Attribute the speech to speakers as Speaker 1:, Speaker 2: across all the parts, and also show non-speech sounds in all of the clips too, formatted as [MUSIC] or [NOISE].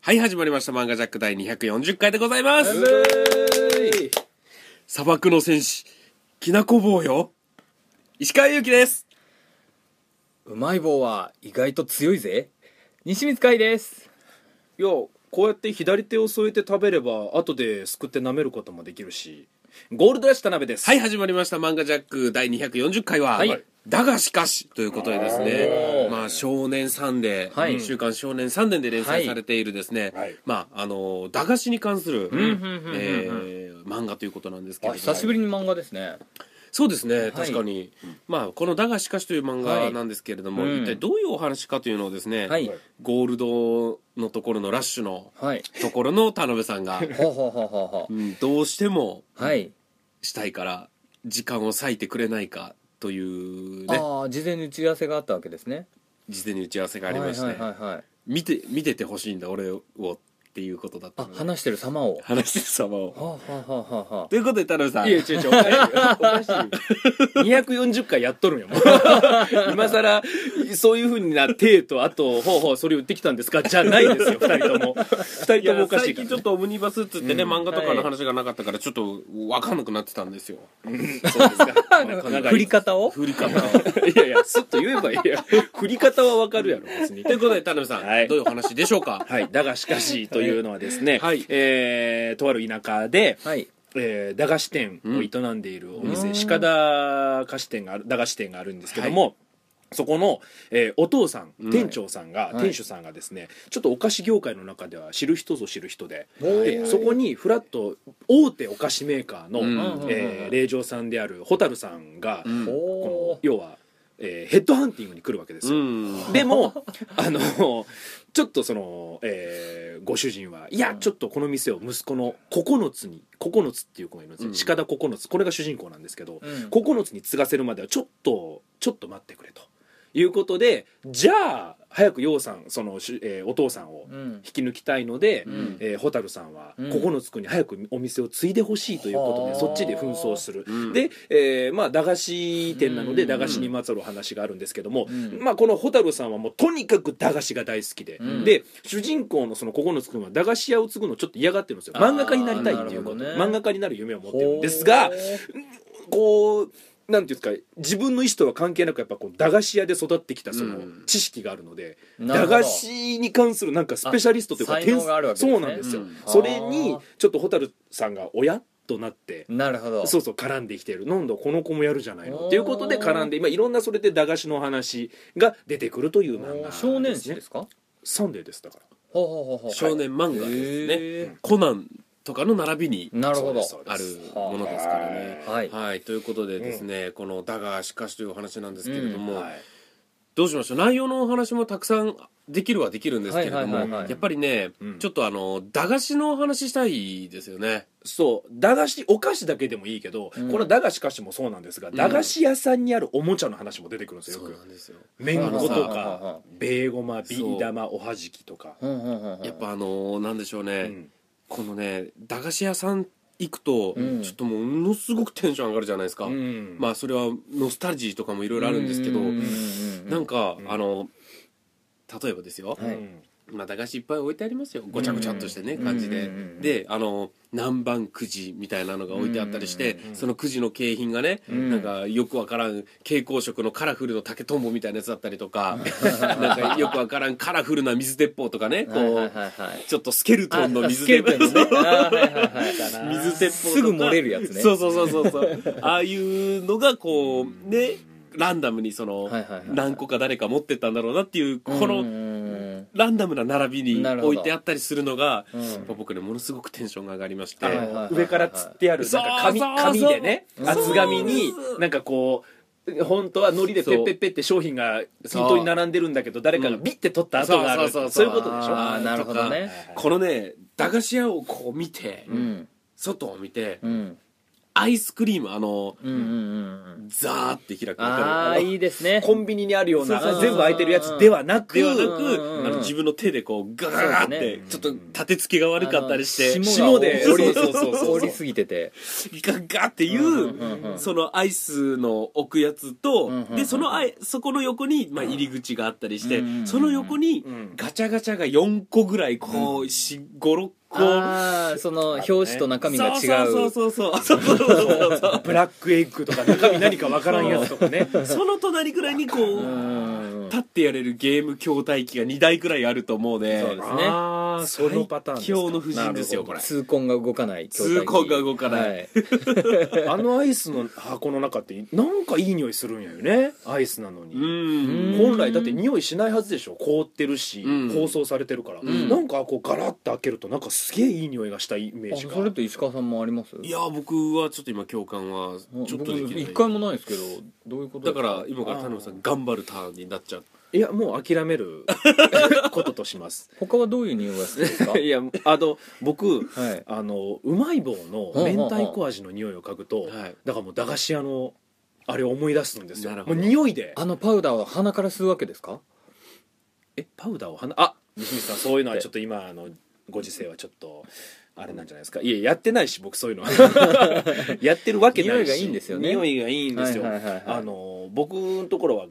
Speaker 1: はい、始まりました。漫画ジャック第240回でございます。砂漠の戦士、きなこ棒よ。石川祐希です。
Speaker 2: うまい棒は意外と強いぜ西光海です
Speaker 3: いやこうやって左手を添えて食べれば後ですくって舐めることもできるしゴールドラッシュ田辺です
Speaker 1: はい、始まりました。漫画ジャック第240回は、
Speaker 2: はい
Speaker 1: だがしかし、ということでですね、まあ、少年サンデー、
Speaker 2: はい
Speaker 1: 週刊少年サンデーで連載されているですね、
Speaker 4: はい
Speaker 1: まあ、あの、駄菓子に関する、
Speaker 2: うんうん
Speaker 1: えー漫画ということなんですけれども。
Speaker 2: 久しぶりに漫画ですね
Speaker 1: そうですね、確かに、まあ、この「だがしかし」という漫画なんですけれども、
Speaker 2: はいうん
Speaker 1: 一体どういうお話かというのをですね、
Speaker 2: はい
Speaker 1: ゴールドのところのラッシュの
Speaker 2: はい
Speaker 1: ところの田辺さん [LAUGHS] が、
Speaker 2: ほうほうほうほうほ
Speaker 1: うんどうしても
Speaker 2: うはい
Speaker 1: したいから時間を割いてくれないかというね
Speaker 2: ああ事前に打ち合わせがあったわけですね
Speaker 1: 事前に打ち合わせが
Speaker 2: あ
Speaker 1: ありまして、
Speaker 2: はいはいはいはい
Speaker 1: 見て見ててほしいんだ俺をっていうことだった
Speaker 2: あ
Speaker 1: ので
Speaker 2: 話してる様をは
Speaker 1: 話して様を。 [LAUGHS]
Speaker 2: あはあはあはあは
Speaker 1: ということで田辺 [LAUGHS] さん
Speaker 3: いや違う違うおかしいおかしい240回やっとるんやもん [LAUGHS] 今さらそういうふうな手とあとほうほうそれ売ってきたんですかじゃないですよ2人とも2
Speaker 1: い
Speaker 3: 人とも
Speaker 1: や
Speaker 3: おかし
Speaker 1: 最
Speaker 3: い
Speaker 1: 近
Speaker 3: から
Speaker 1: ちょっとオムニバスっつってね、漫画とかの話がなかったからちょっと分かんなくなってたんですよ、
Speaker 3: そうですか
Speaker 2: あ振
Speaker 1: [LAUGHS]
Speaker 2: り方を
Speaker 1: 振り方を
Speaker 3: いやいやスッと言えばいいや振り方はわかるやろ別に
Speaker 1: [LAUGHS] ということで田辺さん、
Speaker 3: はい
Speaker 1: どういうお話でしょうか
Speaker 3: はい、だがしかしというのはですね、
Speaker 1: はい
Speaker 3: えーとある田舎で、
Speaker 2: はい
Speaker 3: えー駄菓子店を営んでいるお店、
Speaker 2: うん
Speaker 3: 鹿田菓子店がある駄菓子店があるんですけども、そこの、えーお父さん
Speaker 1: うん
Speaker 3: 店長さんが、
Speaker 2: はい
Speaker 3: 店主さんがですねちょっとお菓子業界の中では知る人ぞ知る人で,、
Speaker 2: はいは
Speaker 3: で
Speaker 2: い
Speaker 3: そこにフラッと大手お菓子メーカーの、
Speaker 1: うん
Speaker 3: えー令嬢さんである蛍さんが、
Speaker 1: うん
Speaker 3: この
Speaker 2: お
Speaker 3: 要は、えーヘッドハンティングに来るわけですよ。
Speaker 1: うん
Speaker 3: でもあのちょっとその、えーご主人はいやちょっとこの店を息子の9つに9つっていう子がいるんですよ、
Speaker 1: うん
Speaker 3: 鹿田9つこれが主人公なんですけど、
Speaker 2: うん
Speaker 3: 9つに継がせるまではちょっとちょっと待ってくれということでじゃあ早く陽さんその、しえーお父さんを
Speaker 2: うん
Speaker 3: 引き抜きたいので、
Speaker 2: うん
Speaker 3: えー蛍さんは
Speaker 2: うん
Speaker 3: 9つくんに早くお店を継いでほしいということで、
Speaker 2: はあ
Speaker 3: そっちで紛争する、
Speaker 1: うん
Speaker 3: で、えーまあ、駄菓子店なの
Speaker 2: うん
Speaker 3: で駄菓子にまつわるお話があるんですけども、
Speaker 2: うん
Speaker 3: まあ、この蛍さんはもうとにかく駄菓子が大好きで、
Speaker 2: うん
Speaker 3: で主人公のその9つくんは駄菓子屋を継ぐのをちょっと嫌がってるんですよ漫画家になりたいっていうこと、
Speaker 2: あーなるほどね
Speaker 3: 漫画家になる夢を持ってるんですが
Speaker 2: ほう
Speaker 3: こう。なんていうんですか自分の意思とは関係なくやっぱこう駄菓子屋で育ってきたそうの
Speaker 1: ん
Speaker 3: 知識があるので、
Speaker 2: なる
Speaker 3: 駄
Speaker 2: ほど
Speaker 3: 菓子に関するなんかスペシャリストというか
Speaker 2: あ才能があるわけですね
Speaker 3: そうなんですよ、
Speaker 1: うん
Speaker 3: それに
Speaker 2: あー
Speaker 3: ちょっと蛍さんが親となって
Speaker 2: なるほど
Speaker 3: そうそう絡んできてるなんだこの子もやるじゃない
Speaker 2: おー
Speaker 3: のっていうことで絡んで今いろんなそれで駄菓子の話が出てくるという漫
Speaker 2: お
Speaker 3: 画
Speaker 2: 少年誌ですすかほう
Speaker 3: サンデーですだから
Speaker 2: ほうほうほう
Speaker 1: 少年漫画
Speaker 2: へ
Speaker 1: です
Speaker 2: ー
Speaker 1: ねコナンとかの並びに
Speaker 2: なるほど
Speaker 3: そうです
Speaker 1: あるものですからね
Speaker 2: はい
Speaker 1: ということでですね、この「だがしかし」というお話なんですけれども、
Speaker 3: はい
Speaker 1: どうしましょう内容のお話もたくさんできるはできるんですけれども、
Speaker 2: はいはいはいはい
Speaker 1: やっぱりね、
Speaker 3: うん
Speaker 1: ちょっとあの駄菓子のお話したいですよね
Speaker 3: そう駄菓子お菓子だけでもいいけど、
Speaker 2: うん
Speaker 3: この駄菓子菓子もそうなんですが、駄菓子屋さんにあるおもちゃの話も出てくるんですよよ
Speaker 1: そう
Speaker 3: く
Speaker 1: なんですよ
Speaker 3: めんこと
Speaker 2: はいはいはいは
Speaker 3: かベーゴマビー玉おはじきとか、
Speaker 2: ほうほうほうほう
Speaker 1: やっぱあのなんでしょうね、
Speaker 3: うん
Speaker 1: このね駄菓子屋さん行くと、
Speaker 2: うん
Speaker 1: ちょっともうものすごくテンション上がるじゃないですか、
Speaker 3: うん
Speaker 1: まあそれはノスタルジーとかもいろいろあるんですけど、
Speaker 2: ううんうんうん
Speaker 1: なんか、
Speaker 3: うん
Speaker 1: あの例えばですよ、
Speaker 2: はいう
Speaker 1: まあ、駄菓子いっぱい置いてありますよごちゃごちゃっとしてね、
Speaker 2: うん
Speaker 1: 感じで、
Speaker 2: うん
Speaker 1: であの南蛮くじみたいなのが置いてあったりして、
Speaker 3: うん
Speaker 1: そのくじの景品がね、
Speaker 2: うん
Speaker 1: なんかよくわからん蛍光色のカラフルの竹とんぼみたいなやつだったりとか [LAUGHS] なんかよくわからんカラフルな水鉄砲とかねこう、
Speaker 2: はいはいはいはい
Speaker 1: ちょっとスケルトンの
Speaker 2: あ
Speaker 1: 水
Speaker 2: スケ
Speaker 1: 鉄
Speaker 2: ルト
Speaker 1: 砲
Speaker 2: ンのねあーはいはいはい
Speaker 1: 水鉄砲とか
Speaker 2: すぐ漏れるやつね
Speaker 1: そうそうそうそうそうああいうのがこうねランダムにその、
Speaker 2: はいはいはいはい
Speaker 1: 何個か誰か持ってったんだろうなっていうこ
Speaker 2: うんう
Speaker 1: の
Speaker 2: ん
Speaker 1: ランダムな並びに
Speaker 2: なるほど
Speaker 1: 置いてあったりするのが、
Speaker 2: うん
Speaker 1: やっぱ僕ねものすごくテンションが上がりまして、
Speaker 3: あ
Speaker 2: はいはいはいは
Speaker 3: の
Speaker 2: い
Speaker 3: 上から釣ってあるなんか紙
Speaker 1: そう
Speaker 3: 紙でね
Speaker 1: そう
Speaker 3: 厚紙に
Speaker 1: そうです
Speaker 3: なんかこう本当は海苔でペッペッペッって商品が均等に並んでるんだけど誰かがビッて取った跡があ
Speaker 1: う
Speaker 3: る
Speaker 1: んそうそうそう
Speaker 3: そういうことでしょ
Speaker 2: あーなるほどね
Speaker 1: このね駄菓子屋をこう見て、
Speaker 2: うん
Speaker 1: 外を見て、
Speaker 2: うん
Speaker 1: アイスクリームあの
Speaker 2: うんうんうんうん
Speaker 1: ザーって開くわかる
Speaker 2: ああいいですね
Speaker 3: コンビニにあるような
Speaker 2: そうそうそう
Speaker 3: 全部開いてるやつではなく
Speaker 1: ではなく、
Speaker 2: うんうんうん
Speaker 1: あの自分の手でこうガガガっ
Speaker 2: そうで
Speaker 1: て、
Speaker 2: すね
Speaker 1: ちょっと立て付けが悪かったりして、
Speaker 2: あの
Speaker 3: 霜で
Speaker 2: 霜が
Speaker 3: そうそうそうそう
Speaker 2: 凍りすぎてて
Speaker 1: ガッガッっていう、
Speaker 2: うんうんうんうん
Speaker 1: そのアイスの置くやつと、
Speaker 2: うんうんうん
Speaker 1: でそのあいそこの横に、まあ、入り口があったりして、
Speaker 2: うんうんうん
Speaker 1: その横に
Speaker 3: うん
Speaker 1: ガチャガチャが4個ぐらいこう56個
Speaker 2: ああその表紙と中身が違
Speaker 1: そううそうそうそうそうそうそうそう
Speaker 3: ブラックエッグとか中身何かわからんやつとかね
Speaker 1: その隣ぐらいにこう、
Speaker 2: うん
Speaker 1: 立ってやれるゲーム筐体機が2台ぐらいあると思うね
Speaker 2: そうですね
Speaker 3: あーそのパターンですか
Speaker 1: 最強の布陣ですよこれ
Speaker 2: 痛恨が動かない
Speaker 1: 痛恨が動かない
Speaker 2: はい
Speaker 3: あのアイスの箱の中ってなんかいい匂いするんやよねアイスなの
Speaker 1: う
Speaker 3: に、
Speaker 1: ん
Speaker 2: ん
Speaker 3: 本来だって匂いしないはずでしょ凍ってるし、
Speaker 1: うん
Speaker 3: 包装されてるから、
Speaker 1: ん
Speaker 3: なんかこうガラッと開けるとなんかすげえいい匂いがしたイメー
Speaker 2: あ
Speaker 3: ジが
Speaker 2: それって石川さんもあります
Speaker 1: いや僕はちょっと今共感はちょっとで
Speaker 2: 僕
Speaker 1: き
Speaker 2: 一
Speaker 1: な
Speaker 2: 回
Speaker 1: い
Speaker 2: もないですけどどういうこと
Speaker 1: だ
Speaker 2: で
Speaker 1: か
Speaker 2: す
Speaker 1: ら今から田辺さん頑張るターンになっちゃう
Speaker 3: いやもう諦めることとします
Speaker 2: 他はどういう匂いがするん
Speaker 1: [LAUGHS]
Speaker 2: ですか
Speaker 3: いやあの僕
Speaker 2: はい
Speaker 3: あのうまい棒の明太子味の匂いを嗅ぐと、
Speaker 1: はい
Speaker 3: だからもう駄菓子屋のあれを思い出すんですよ
Speaker 1: なるほ
Speaker 3: もう
Speaker 1: ど
Speaker 3: 匂いで
Speaker 2: あのパウダーは鼻から吸うわけですか
Speaker 3: えパウダーを鼻あ西光さんそういうのはちょっと今あのご時世はちょっとあれなんじゃないですかいややってないし僕そういうのはやってるわけな
Speaker 2: 匂
Speaker 3: いし
Speaker 2: いがいいんですよね
Speaker 3: 匂いがいいんですよ、
Speaker 2: はいはいはいはい
Speaker 3: あの僕のところは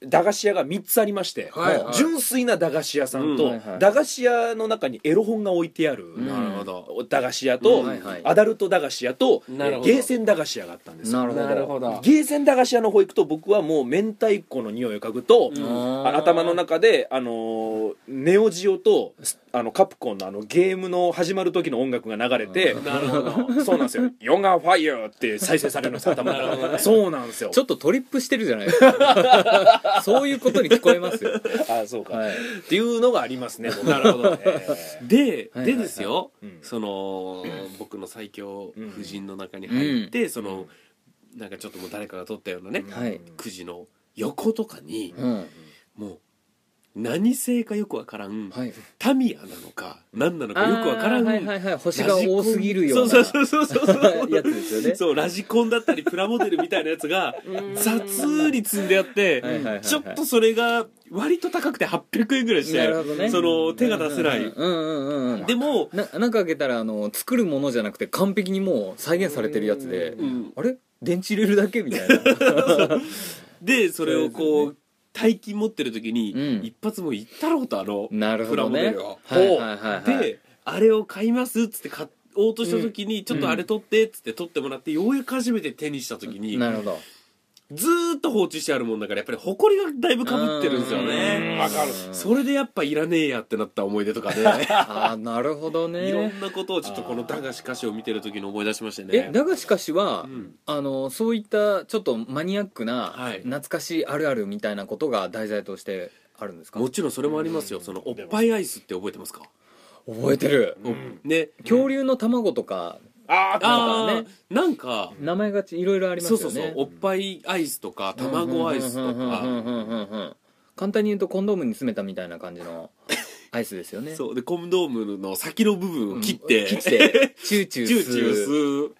Speaker 3: 駄菓子屋が3つありまして、
Speaker 2: はいはい
Speaker 3: 純粋な駄菓子屋さんと、
Speaker 1: うん
Speaker 2: はいはい
Speaker 3: 駄菓子屋の中にエロ本が置いてある、
Speaker 2: ん
Speaker 1: なるほど
Speaker 3: 駄菓子屋と、
Speaker 2: うんはいはい
Speaker 3: アダルト駄菓子屋と、え
Speaker 1: なるほ
Speaker 3: ー
Speaker 1: ど
Speaker 3: ゲーセン駄菓子屋があったんですよ
Speaker 2: なるほど
Speaker 3: ゲーセン駄菓子屋の方行くと僕はもう明太子の匂いを嗅ぐと、
Speaker 2: ん
Speaker 3: あ頭の中で、あのーネオジオとすあのカプコンのあのゲームの始まる時の音楽が流れて
Speaker 1: なるほど
Speaker 3: そうなんです [LAUGHS] よ「ヨガファイヤー」って再生されるんです頭の中でそうなんですよ
Speaker 2: ちょっとトリップしてるじゃないですか
Speaker 1: [LAUGHS]
Speaker 2: そういうことに聞こえますよ
Speaker 3: あそうか、
Speaker 2: はい
Speaker 3: っていうのがありますね
Speaker 1: なるほ
Speaker 2: は
Speaker 1: どで、
Speaker 2: いはいはい
Speaker 1: でですよ、
Speaker 3: うん
Speaker 1: その、僕の最強夫人の中に入って、そのなんかちょっともう誰かが撮ったようなね、
Speaker 2: はい
Speaker 1: くじの横とかに、
Speaker 2: うん
Speaker 1: もう何製かよくわからん、
Speaker 2: はい
Speaker 1: タミヤなのか何なのかよくわからん、
Speaker 2: あーはいはいはい星が多すぎるような
Speaker 1: そうそうそうそうそう
Speaker 2: やつですよね
Speaker 1: そうラジコンだったりプラモデルみたいなやつが雑に積んであって
Speaker 2: はいはいはいはい
Speaker 1: ちょっとそれが割と高くて800円ぐらいし
Speaker 2: な
Speaker 1: て
Speaker 2: るほどね
Speaker 1: その手が出せない、
Speaker 2: うんうんうんうん
Speaker 1: でも、
Speaker 2: ななんか開けたらあの作るものじゃなくて完璧にもう再現されてるやつで
Speaker 3: うん
Speaker 1: うん
Speaker 2: あれ電池入れるだけみたいな
Speaker 1: でそれを
Speaker 2: そう
Speaker 1: こ
Speaker 2: で
Speaker 1: う大金持ってる時に、
Speaker 2: うん
Speaker 1: 一発もう行ったろうとあの
Speaker 2: なるほ
Speaker 1: プラ
Speaker 2: ど
Speaker 1: モデ
Speaker 2: ね
Speaker 1: ルを、
Speaker 2: はいはいはいはい
Speaker 1: であれを買いますっつって買おうとした時に、ちょっとあれ取ってっつって取ってもらってようやく初めて手にした時に、
Speaker 2: なるほど
Speaker 1: ずーっと放置してあるもんだからやっぱり埃がだいぶかぶってるんですよ
Speaker 3: う
Speaker 1: ね
Speaker 3: んわかる
Speaker 1: それでやっぱいらねえやってなった思い出とか
Speaker 2: [LAUGHS]
Speaker 1: ね
Speaker 2: ああなるほど
Speaker 1: いろ
Speaker 2: ね
Speaker 1: んなことをちょっとこの駄菓子歌詞を見てる時に思い出しました
Speaker 2: え
Speaker 1: ね
Speaker 2: だがしかしは、
Speaker 1: うん
Speaker 2: あのそういったちょっとマニアックな、
Speaker 1: はい
Speaker 2: 懐かしいあるあるみたいなことが題材としてあるんですか
Speaker 1: もちろんそれもありますよそのおっぱいアイスって覚えてますか
Speaker 2: 覚えてる、
Speaker 3: うん
Speaker 1: ね
Speaker 2: 恐竜の卵とか
Speaker 3: あ
Speaker 1: あ
Speaker 3: あ
Speaker 1: ーなんか
Speaker 2: 名前がちいろいろあります
Speaker 1: そ
Speaker 2: よ
Speaker 1: う
Speaker 2: ね
Speaker 1: そうそうおっぱいアイスとか卵アイスと
Speaker 2: うん
Speaker 1: か
Speaker 2: うんうんうんうんうん簡単に言うとコンドームに詰めたみたいな感じのアイスですよね
Speaker 1: [LAUGHS] そうでコンドームの先の部分を切って
Speaker 2: 切ってチューチュー
Speaker 1: チ
Speaker 2: 吸
Speaker 1: ュー
Speaker 2: う
Speaker 1: チュー吸う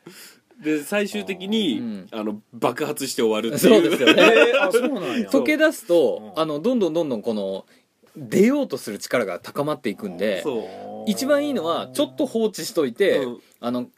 Speaker 1: で最終的
Speaker 2: あーう
Speaker 1: に
Speaker 2: ん
Speaker 1: あの爆発して終わるって
Speaker 2: そう
Speaker 1: い
Speaker 2: で
Speaker 1: う
Speaker 2: すよ
Speaker 3: え
Speaker 2: ね
Speaker 3: ー [LAUGHS] あそうなんや
Speaker 2: 溶け出すと
Speaker 3: うん
Speaker 2: あのどんどんどんどんこの出ようとする力が高まっていくんで
Speaker 1: そう
Speaker 2: 一番いいのはちょっと放置しといて、
Speaker 1: うん
Speaker 2: あの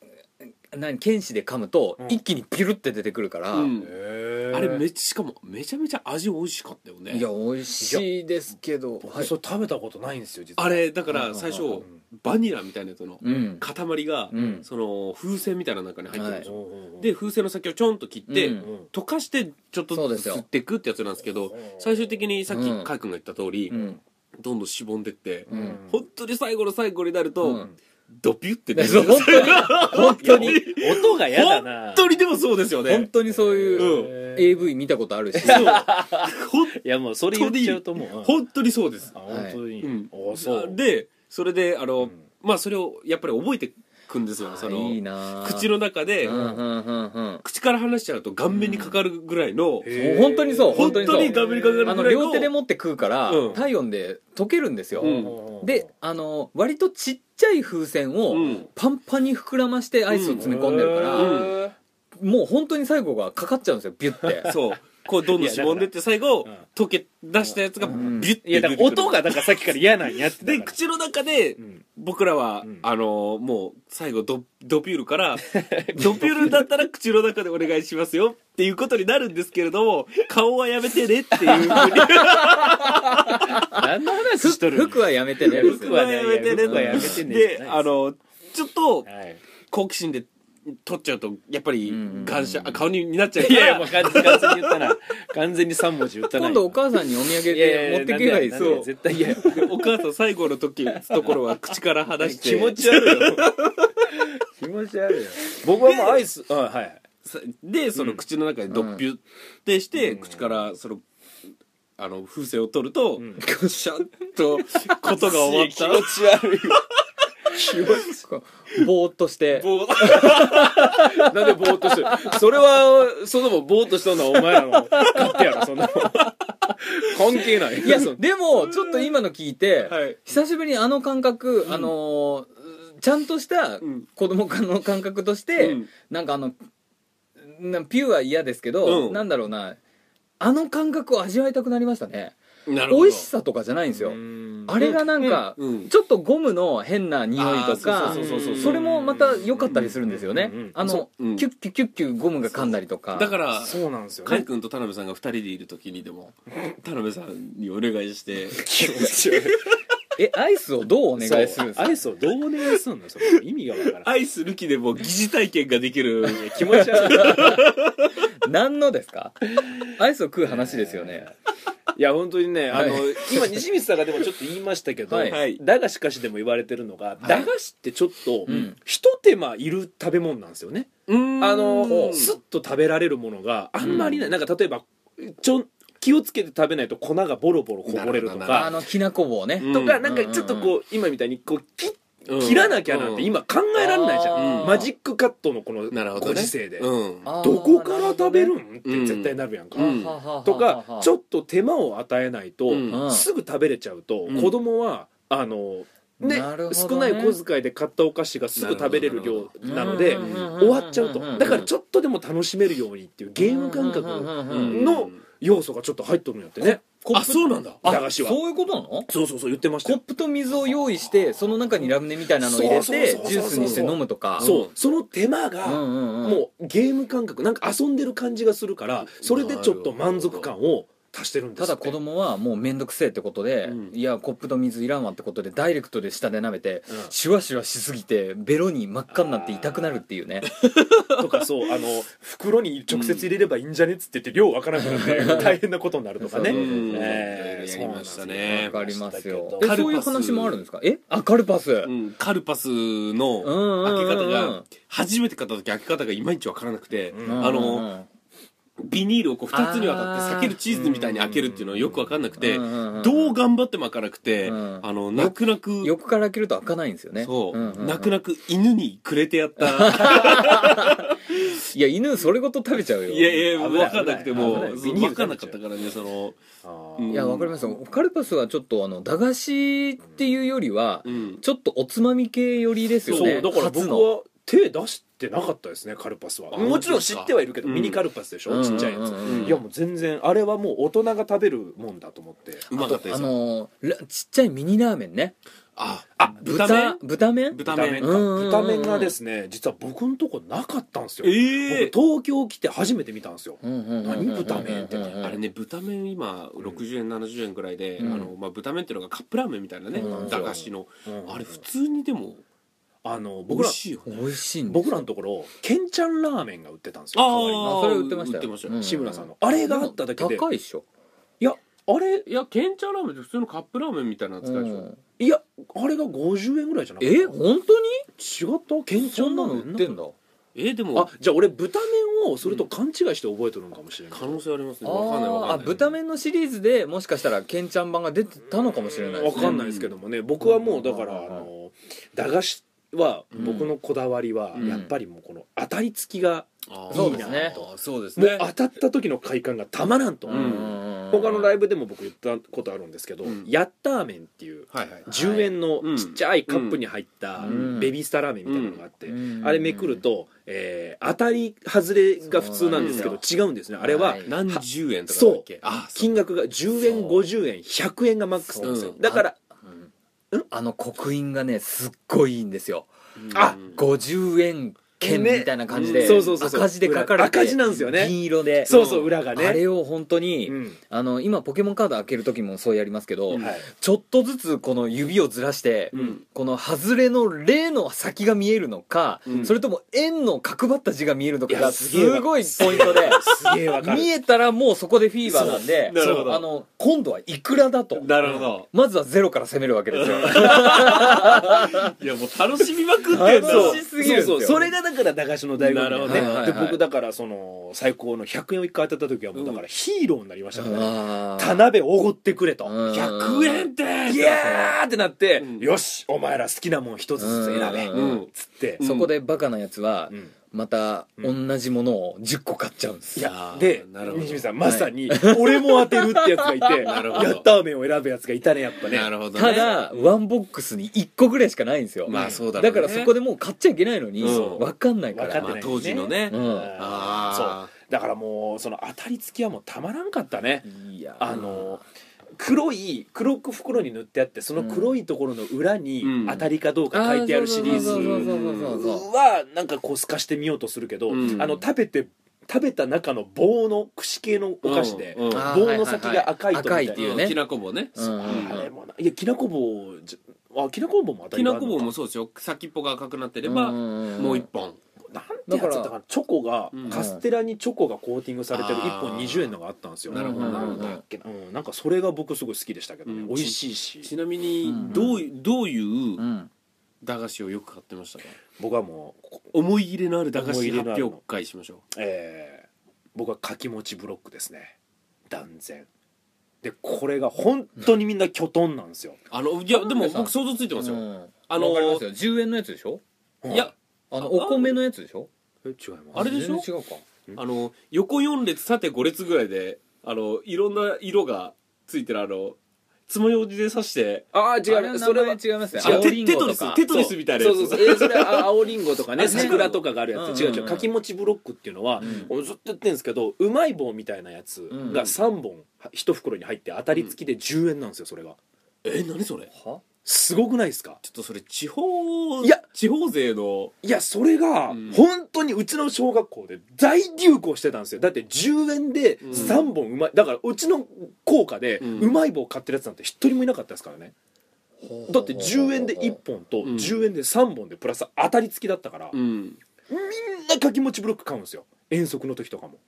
Speaker 2: 何剣士で噛むと
Speaker 3: うん
Speaker 2: 一気にピュルって出てくるから、
Speaker 1: うん
Speaker 3: へー
Speaker 1: あれめしかもめちゃめちゃ味美味しかったよね
Speaker 2: いや美味しいですけど、はい
Speaker 3: それ食べたことないんですよ実は
Speaker 1: あれだから最
Speaker 2: うんうん
Speaker 1: 初
Speaker 3: ん
Speaker 1: バニラみたいなやつの
Speaker 2: うん
Speaker 1: 塊が
Speaker 2: うん
Speaker 1: その風船みたいな中に入ってるでしょ
Speaker 3: で
Speaker 1: で風船の先をちょんと切って
Speaker 2: うん
Speaker 1: 溶かしてちょっ
Speaker 2: そう
Speaker 1: と
Speaker 2: です
Speaker 1: ずつ
Speaker 2: よ
Speaker 1: 吸っていくってやつなんですけど最終的にさっき
Speaker 2: うん
Speaker 1: カイ君が言った通り
Speaker 2: うん
Speaker 1: どんどんしぼんでって
Speaker 2: うん
Speaker 1: 本当に最後の最後になる
Speaker 2: う
Speaker 1: と
Speaker 2: ん
Speaker 1: ドピュって
Speaker 2: で
Speaker 1: 出る
Speaker 2: そう本当に本当に
Speaker 3: 音が嫌だな
Speaker 1: 本当にでもそうですよ
Speaker 2: 本
Speaker 1: ね
Speaker 2: 当にそういう
Speaker 3: うん
Speaker 2: AV 見たことあるし、
Speaker 1: そうほん
Speaker 3: いやもうそれ言っちゃうともううん
Speaker 1: 本当にそうです
Speaker 3: あ本当に、
Speaker 1: うん
Speaker 3: おそう
Speaker 1: でそれであの、
Speaker 3: うん
Speaker 1: まあそれをやっぱり覚えてくんですよその
Speaker 2: いいな
Speaker 1: 口の中で、
Speaker 2: うんうんうんうん
Speaker 1: 口から話しちゃうと顔面にかかるぐらいの、
Speaker 3: へ
Speaker 2: そう本当にそう本
Speaker 1: 本当
Speaker 2: 当に
Speaker 1: に
Speaker 2: そう
Speaker 1: 顔面にかかるぐら
Speaker 2: あ
Speaker 1: い
Speaker 2: の
Speaker 1: の
Speaker 2: 両手で持って食うから、
Speaker 1: うん
Speaker 2: 体温で溶けるんですよ、
Speaker 1: うん
Speaker 2: であの割とちっちゃい風船を
Speaker 1: うん
Speaker 2: パンパンに膨らましてアイスを詰め込んでるから、
Speaker 1: うん
Speaker 2: もう本当に最後がかかっちゃうんですよビュッ
Speaker 1: [LAUGHS]
Speaker 2: て
Speaker 1: そうこうどんどんしぼんでって最後
Speaker 3: うん
Speaker 1: 溶け出したやつがビュ
Speaker 2: ん
Speaker 1: ッて
Speaker 3: いやだから音
Speaker 1: 出てくる
Speaker 3: がだからさっきから嫌なんやって
Speaker 1: で
Speaker 3: だから
Speaker 1: 口の中で
Speaker 3: うん
Speaker 1: 僕らは、
Speaker 3: うん
Speaker 1: あのーもう最後ドドピュールからドピュールだったら口の中でお願いしますよっていうことになるんですけれども顔はやめてねっていうふうに
Speaker 3: 何の話しとるん
Speaker 2: 服はやめてね
Speaker 3: 服
Speaker 1: 顔は [LAUGHS]
Speaker 3: は
Speaker 1: やめてね
Speaker 3: 服はやめてね
Speaker 1: であのちょっと
Speaker 3: はい
Speaker 1: 好奇心で取っちゃうとやっぱり
Speaker 2: うん
Speaker 1: 感謝、あ顔になっちゃう
Speaker 3: い
Speaker 1: から
Speaker 3: やいやもう完全完全に言ったな完全に3文字言ったな
Speaker 2: 今度お母さんにお土産
Speaker 3: いやい
Speaker 2: で
Speaker 3: や
Speaker 2: 持ってけばいいです
Speaker 3: なんで
Speaker 2: よ
Speaker 3: なんで絶対嫌や
Speaker 1: お母さん最後の時ところは口から離して
Speaker 3: [LAUGHS] 気持ち悪いよ気持ち悪いよ僕はもうアイスあはい
Speaker 1: さでその口の中でドッピュってして、口からそのあの風船を取ると、
Speaker 3: ん
Speaker 1: ぐしゃっとことが終わ
Speaker 3: [LAUGHS]
Speaker 1: った
Speaker 3: 気持ち悪い
Speaker 2: こうぼーっとして
Speaker 1: [LAUGHS] 棒
Speaker 3: なんでぼーっとしてるそれはそのもんぼーっとしたのはお前らの勝手やろそんなもん関係ない
Speaker 2: いやでもちょっと今の聞いて、
Speaker 1: はい
Speaker 2: 久しぶりにあの感覚、あのーちゃんとした
Speaker 1: うん
Speaker 2: 子供かの感覚として、
Speaker 1: うん
Speaker 2: なんかあのなピューは嫌ですけど、
Speaker 1: うん
Speaker 2: なんだろうなあの感覚を味わいたくなりましたね
Speaker 1: なるほど
Speaker 2: 美味しさとかじゃないんですよ、あれがなんか、
Speaker 1: うんうん
Speaker 2: ちょっとゴムの変な匂いと
Speaker 1: あー
Speaker 2: か
Speaker 1: そう
Speaker 3: そうそうそう
Speaker 2: それもまた良かったりするんですよね、
Speaker 3: うんうんうん
Speaker 2: あの
Speaker 1: そううん
Speaker 2: キュッキュッキュッキュゴムが噛んだりとか
Speaker 1: だから
Speaker 3: そうなんですよ
Speaker 1: カ
Speaker 3: ね
Speaker 1: イ君と田辺さんが2人でいる時にでも田辺さんにお願いして
Speaker 3: [LAUGHS] 気持ち悪い
Speaker 2: えアイスをどうお願いするんですか
Speaker 3: アイスをどうお願いするのそれ意味がわからん
Speaker 1: 愛する気でも疑似体験ができ
Speaker 3: [LAUGHS]
Speaker 1: る
Speaker 3: 気持ち悪い
Speaker 2: 何のですかアイスを食う話ですよね、
Speaker 3: [LAUGHS] いや本当にね、あの
Speaker 2: は
Speaker 3: 今西光さんがでもちょっと言いましたけど、
Speaker 2: はい
Speaker 1: はい
Speaker 3: 駄菓子かしでも言われてるのが、駄菓子ってちょっと、
Speaker 2: うん
Speaker 3: ひと手間いる食べ物なんですよね、
Speaker 1: うーん
Speaker 3: あの
Speaker 1: う
Speaker 3: スッと食べられるものがあんまりない、なんか例えばちょ気をつけて食べないと粉がボロボロこぼれると
Speaker 1: なるほど
Speaker 2: あ
Speaker 1: な
Speaker 3: か
Speaker 2: のきなこ棒ね、
Speaker 1: うん
Speaker 3: とかなんかちょっとこう、今みたいにこう切
Speaker 1: うん
Speaker 3: 切らなきゃなんて今考えられないじゃん、
Speaker 2: うん
Speaker 3: マジックカットのこの
Speaker 1: うんなるほど、ね、
Speaker 3: ご時世で、
Speaker 1: うん
Speaker 2: あー
Speaker 3: どこから食べるん、って
Speaker 1: うん
Speaker 3: 絶対なるやんか、
Speaker 1: うん
Speaker 2: と
Speaker 3: とかちょ
Speaker 2: っ
Speaker 3: っと手間を与えないと、
Speaker 1: うん
Speaker 2: うん
Speaker 3: すぐ食べれちゃうと、
Speaker 1: うん
Speaker 3: 子供はあのね
Speaker 2: なるほどね
Speaker 3: 少ない小遣いで買ったお菓子がすぐ食べれる量なので
Speaker 1: うん
Speaker 3: 終わっちゃうとだか
Speaker 2: ょ
Speaker 3: ら
Speaker 2: っ
Speaker 3: ちょっとでも楽しめるようにっていうゲーム感覚の
Speaker 1: うん
Speaker 3: の要素がちょっと入っとるんやってね
Speaker 1: あそうなんだ
Speaker 3: 駄菓子は
Speaker 2: そういうことなの
Speaker 3: そうそうそう言ってました
Speaker 2: コッ
Speaker 3: よ
Speaker 2: プと水を用意してその中にラムネみたいなのを入れ
Speaker 3: そうそうそ
Speaker 2: て
Speaker 3: うそう
Speaker 2: ジュースにして飲むとか
Speaker 3: そうその手間が
Speaker 2: んうんうん
Speaker 3: もうゲーム感覚なんか遊んでる感じがするからそれでちょっと満足感を足してるんで
Speaker 2: た
Speaker 3: す
Speaker 2: だ子
Speaker 3: 供
Speaker 2: 供はもう面倒くせえってことで、
Speaker 1: うん
Speaker 2: いやコップと水いらんわってことでダイレクトで下で舐めて、
Speaker 3: うん
Speaker 2: シュワシュワしすぎてベロに真っ赤になって痛くなるっていうね
Speaker 3: とかそうあの袋に直接入れればいいんじゃねっつって言って量わからなくなって大変なことになるとかね
Speaker 2: うん
Speaker 3: えー
Speaker 1: やりましたね
Speaker 3: そうなんですよ
Speaker 2: わかりますよえ
Speaker 3: だけど
Speaker 1: カルパス
Speaker 2: そういう話もあるんですかえあカルパス、
Speaker 1: うんカルパスの
Speaker 2: うんうんうんうん
Speaker 1: 開け方が初めて買った時開け方がいまいちわからなくて
Speaker 3: うん
Speaker 1: あのビニールをこう2つにわたって
Speaker 2: あー
Speaker 1: 避けるチーズみたいに開けるっていうのはよくわかんなくて
Speaker 2: うんうんうん
Speaker 1: どう頑張っても開かなくて
Speaker 2: うん
Speaker 1: あの泣く泣く
Speaker 2: 横から開けると開かないんですよね
Speaker 1: そ
Speaker 2: んん
Speaker 1: うん泣く泣く犬にくれてやった
Speaker 2: いや犬それごと食べちゃうよ
Speaker 1: いやいや
Speaker 3: 危ない
Speaker 1: わかんなくて
Speaker 3: 危
Speaker 1: も
Speaker 3: ない
Speaker 1: そう
Speaker 3: ビニー
Speaker 1: わ
Speaker 3: ル
Speaker 1: か
Speaker 3: 食
Speaker 1: んな
Speaker 3: べ
Speaker 1: か
Speaker 3: ちゃう
Speaker 1: ったからねその
Speaker 3: あ
Speaker 1: うん
Speaker 3: ー
Speaker 2: いやわかりますよカルパスはちょっとあの駄菓子っていうよりは、
Speaker 1: うん
Speaker 2: ちょっとおつまみ系寄りですよ
Speaker 3: そ
Speaker 2: ね
Speaker 3: うだから
Speaker 2: 初
Speaker 3: 僕
Speaker 2: の
Speaker 3: は手出してなかったですねカルパスは
Speaker 1: あ
Speaker 3: もちろん知ってはいるけど
Speaker 1: うん
Speaker 3: ミニカルパスでしょちっちゃいや
Speaker 2: うんう
Speaker 3: つ
Speaker 2: んうんうん
Speaker 3: いやもう全然あれはもう大人が食べるもんだと思って
Speaker 1: うまかったで
Speaker 2: あ
Speaker 1: すよ
Speaker 2: のーらちっちゃいミニラーメンね
Speaker 1: ああ豚
Speaker 2: 麺
Speaker 1: 麺
Speaker 2: 豚麺
Speaker 1: 豚麺
Speaker 3: か
Speaker 2: うんうんうんうん
Speaker 3: 豚麺がですね実は僕のとこなかったんですよ
Speaker 1: ええ
Speaker 3: 僕東京来て初めて見たんですよ
Speaker 2: 何
Speaker 3: 何豚麺って
Speaker 1: あれね豚麺今60円70円ぐらいであ
Speaker 2: うん
Speaker 1: のまあ豚麺っていうのがカップラーメンみたいなね
Speaker 2: そうなんです
Speaker 1: 駄
Speaker 2: よ
Speaker 1: 菓子の
Speaker 3: うん
Speaker 1: あれ普通にでも
Speaker 3: あの
Speaker 1: 美
Speaker 3: 僕
Speaker 1: 味
Speaker 3: ら
Speaker 1: しいよね
Speaker 2: 美味しいんです
Speaker 3: 僕らのところケンちゃんラーメンが売ってたんですよ代わ
Speaker 1: ああ
Speaker 2: それ売ってましたよ
Speaker 1: よ
Speaker 2: うん
Speaker 3: りに志村さんのあれがあっただけで
Speaker 2: 高いっしょ
Speaker 3: いやあれ
Speaker 1: いやケンチャーラーメンって普通のカップラーメンみたいな扱いでしょ、
Speaker 2: うん
Speaker 3: いやあれが50円ぐらいじゃなかった
Speaker 2: え本当に
Speaker 3: 違ったケンちゃ
Speaker 2: そん
Speaker 3: んラ
Speaker 2: なの
Speaker 3: ーメン
Speaker 2: 売ってんだ
Speaker 1: えーでも
Speaker 3: あじゃあ俺豚麺をそれと勘違いして覚えてるのかもしれない
Speaker 1: 可能性ありますねわかんないわ
Speaker 2: あー
Speaker 1: か
Speaker 2: あ
Speaker 1: んない
Speaker 2: 豚麺のシリーズでもしかしたらケンちゃん版が出てたのかもしれないで
Speaker 3: わ
Speaker 2: す
Speaker 3: か
Speaker 2: ね
Speaker 3: んないですけどもね僕はもうだからあの駄菓子は
Speaker 2: うん
Speaker 3: 僕のこだわりは
Speaker 1: うん
Speaker 3: やっぱりもうこの当たり付きが
Speaker 1: あー
Speaker 2: そうですね
Speaker 1: いいなとそうです
Speaker 3: もう
Speaker 1: ね
Speaker 3: 当たった時の快感がたまらんと
Speaker 1: うん
Speaker 2: うんうん
Speaker 3: 他のライブでも僕言ったことあるんですけど、
Speaker 1: うん
Speaker 3: ヤッターメンっていう
Speaker 1: はいはい
Speaker 3: 10円の
Speaker 1: うん
Speaker 3: ちっちゃいカップに入った
Speaker 2: うん
Speaker 3: ベビースターラーメンみたいなのがあって、
Speaker 2: うん
Speaker 3: あれめくると、えー当たり外れが普通なんですけど違うんですねあれは
Speaker 2: はい
Speaker 1: 何十円とかだ
Speaker 3: そ
Speaker 1: っ
Speaker 3: う
Speaker 1: けあそう
Speaker 3: 金額が10円
Speaker 2: そう
Speaker 3: 50円100円がマックスなんですよ
Speaker 1: そう
Speaker 3: だから
Speaker 2: うんあの刻印がねすっごいいいんですよ
Speaker 3: あ
Speaker 1: うん
Speaker 2: 50円券みたいな感じで、
Speaker 1: ね
Speaker 3: そうそうそうそう
Speaker 2: 赤字で書かれて
Speaker 3: 赤字なんですよね
Speaker 2: 銀色で
Speaker 3: そうそう裏がね
Speaker 2: あれを本当に、
Speaker 3: うん
Speaker 2: あの今ポケモンカード開ける時もそうやりますけど、
Speaker 1: うん
Speaker 3: はい
Speaker 2: ちょっとずつこの指をずらして、
Speaker 1: うん
Speaker 2: この外れの例の先が見えるのか、
Speaker 1: うん
Speaker 2: それとも円の角張った字が見えるのか
Speaker 3: い
Speaker 2: が
Speaker 3: や
Speaker 2: す
Speaker 3: すげえわ
Speaker 2: ごいポイントで
Speaker 3: すげえわかる
Speaker 2: 見えたらもうそこでフィーバーなんで
Speaker 1: そうなるほど
Speaker 2: あの今度はいくらだと
Speaker 1: なるほど
Speaker 2: まずはゼロから攻めるわけ
Speaker 3: [LAUGHS]
Speaker 2: ですよ
Speaker 1: いやもう楽しみまくってんな
Speaker 2: 楽
Speaker 3: そ
Speaker 2: し
Speaker 3: う
Speaker 2: すぎるんですよ
Speaker 3: そうそうそれがだから駄菓子の醍醐味
Speaker 1: なるほど
Speaker 3: ね、
Speaker 2: はいはい
Speaker 3: で
Speaker 2: はい
Speaker 3: 僕だからその最高の100円を1回当たった時はもうだからヒーローになりましたからね、
Speaker 2: あー
Speaker 3: 田辺おごってくれと、
Speaker 2: うん
Speaker 1: 100円って
Speaker 3: イエーってなって、
Speaker 1: うん
Speaker 3: よしお前ら好きなもん一つずつ選べ、
Speaker 2: うん
Speaker 1: うん
Speaker 3: つって、
Speaker 2: そこでバカなやつは、
Speaker 3: うん
Speaker 2: また
Speaker 3: う
Speaker 2: 同じものを10個買っちゃうんです
Speaker 3: い
Speaker 2: よ、
Speaker 3: や
Speaker 1: あー
Speaker 3: で
Speaker 1: なるほど
Speaker 3: 西見さんまさに [LAUGHS] 俺も当てるってやつがいてや
Speaker 1: [LAUGHS] なるほど
Speaker 3: ったーメンを選ぶやつがいたねやっぱね
Speaker 1: なるほどね
Speaker 2: ただワンボックスに1個ぐらいしかないんですよ、
Speaker 1: まあそうだろう
Speaker 2: だ
Speaker 1: ね
Speaker 2: からそこでもう買っちゃいけないのに、
Speaker 1: うん
Speaker 2: 分かんないか
Speaker 3: 分
Speaker 2: ら
Speaker 3: かって
Speaker 1: ま
Speaker 3: な
Speaker 1: あ
Speaker 3: い
Speaker 1: 当時のね
Speaker 2: うん
Speaker 1: あー
Speaker 3: そうだからもうその当たり付きはもうたまらんかったね
Speaker 2: いや
Speaker 3: あの黒い黒く袋に塗ってあってその黒いところの裏に
Speaker 1: うん
Speaker 3: 当たりかどうか書いてあるシリー
Speaker 2: そうそう
Speaker 3: ズ
Speaker 2: そうそうそうそう
Speaker 3: はなんかこう透かしてみようとするけど、
Speaker 1: うん
Speaker 3: あの食べて食べた中の棒の串系のお菓子で、
Speaker 1: うんうん
Speaker 2: あー
Speaker 3: 棒の先が赤いとみた
Speaker 2: はいいはいはい赤い
Speaker 3: な
Speaker 2: っていうね
Speaker 1: きなこ棒ね
Speaker 2: うんうん
Speaker 1: うん
Speaker 3: あれもないやきなこ棒じゃあきなこ棒も当た
Speaker 1: き
Speaker 3: り
Speaker 1: な
Speaker 3: 前
Speaker 1: こ
Speaker 3: なの
Speaker 1: 棒
Speaker 3: か
Speaker 1: もそうですよ先っぽが赤くなってれ
Speaker 2: う
Speaker 1: ば
Speaker 2: ん
Speaker 1: もう一本
Speaker 3: なんてやつだった
Speaker 2: だ
Speaker 3: か
Speaker 2: か
Speaker 3: なチョコが、
Speaker 1: うん
Speaker 3: カステラにチョコがコーティングされてる
Speaker 1: あー
Speaker 3: 1本20円のがあったんですよ
Speaker 1: なるほど
Speaker 3: うん
Speaker 1: なるほ
Speaker 3: ん
Speaker 1: ど
Speaker 3: だっけな、うん、なんかそれが僕すごい好きでしたけどね、
Speaker 1: うん
Speaker 3: 美味しいし
Speaker 1: ちなみに
Speaker 2: うん
Speaker 1: どういどういう
Speaker 2: う
Speaker 1: うん駄菓子をよく買ってましたか
Speaker 3: 僕はもうここ
Speaker 1: 思い入れのある駄菓
Speaker 3: 思い
Speaker 1: 子
Speaker 3: 入れのあ
Speaker 1: 発
Speaker 3: る
Speaker 1: 表会しましょう
Speaker 3: えー僕はかきもちブロックですね断然でこれが本当にみんなきょとんなんですよ、
Speaker 1: あのいやで
Speaker 2: なん
Speaker 1: も
Speaker 2: でさ
Speaker 1: 僕想像ついてますよ、
Speaker 2: うん
Speaker 1: あの
Speaker 2: わかりますよ10円のやつでしょ
Speaker 1: いや
Speaker 2: あのお米のやつでしょ
Speaker 3: え違います
Speaker 1: あれでし
Speaker 2: 全
Speaker 1: ょ
Speaker 2: 然違うか
Speaker 1: あの横4列縦5列ぐらいであのいろんな色がついてるあの爪楊枝で刺して
Speaker 3: ああ
Speaker 2: 違
Speaker 3: 違
Speaker 2: う
Speaker 3: う
Speaker 2: そ
Speaker 3: そ
Speaker 2: れ
Speaker 3: れ
Speaker 2: は
Speaker 3: は
Speaker 2: 違いますね
Speaker 1: 違う
Speaker 2: 青リン
Speaker 1: テ
Speaker 2: ゴ
Speaker 1: ト
Speaker 2: と
Speaker 1: リ
Speaker 2: か
Speaker 1: ステトリスみたいなやつ
Speaker 3: そうそうそうえーそれあ青りんごとか
Speaker 1: あ
Speaker 3: ね
Speaker 1: そう
Speaker 3: 桜とかがあるやつ
Speaker 2: うん
Speaker 3: 違
Speaker 2: う
Speaker 3: うん違うかきもちブロックっていうのは
Speaker 2: うん
Speaker 3: 俺ずっと言ってるんですけどうまい棒みたいなやつが3本1袋に入って当たり付きで10円なんですよそれが
Speaker 1: え何それ
Speaker 2: は
Speaker 3: すごくないですか
Speaker 1: ちょっとそれ地方
Speaker 3: いや
Speaker 1: 地方勢の
Speaker 3: いやそれが
Speaker 1: うん
Speaker 3: 本当にうちの小学校で大流行してたんですよだって10円で
Speaker 1: うん
Speaker 3: 3本うまいだからうちの校歌で
Speaker 1: うん
Speaker 3: うまい棒買ってるやつなんて一人もいなかったですからねだって10円で1本
Speaker 1: う
Speaker 3: と
Speaker 1: ん
Speaker 3: 10円で3本でプラス当たり付きだったから
Speaker 1: うん
Speaker 3: みんなかきもちブロック買うんですよ遠足の時とかも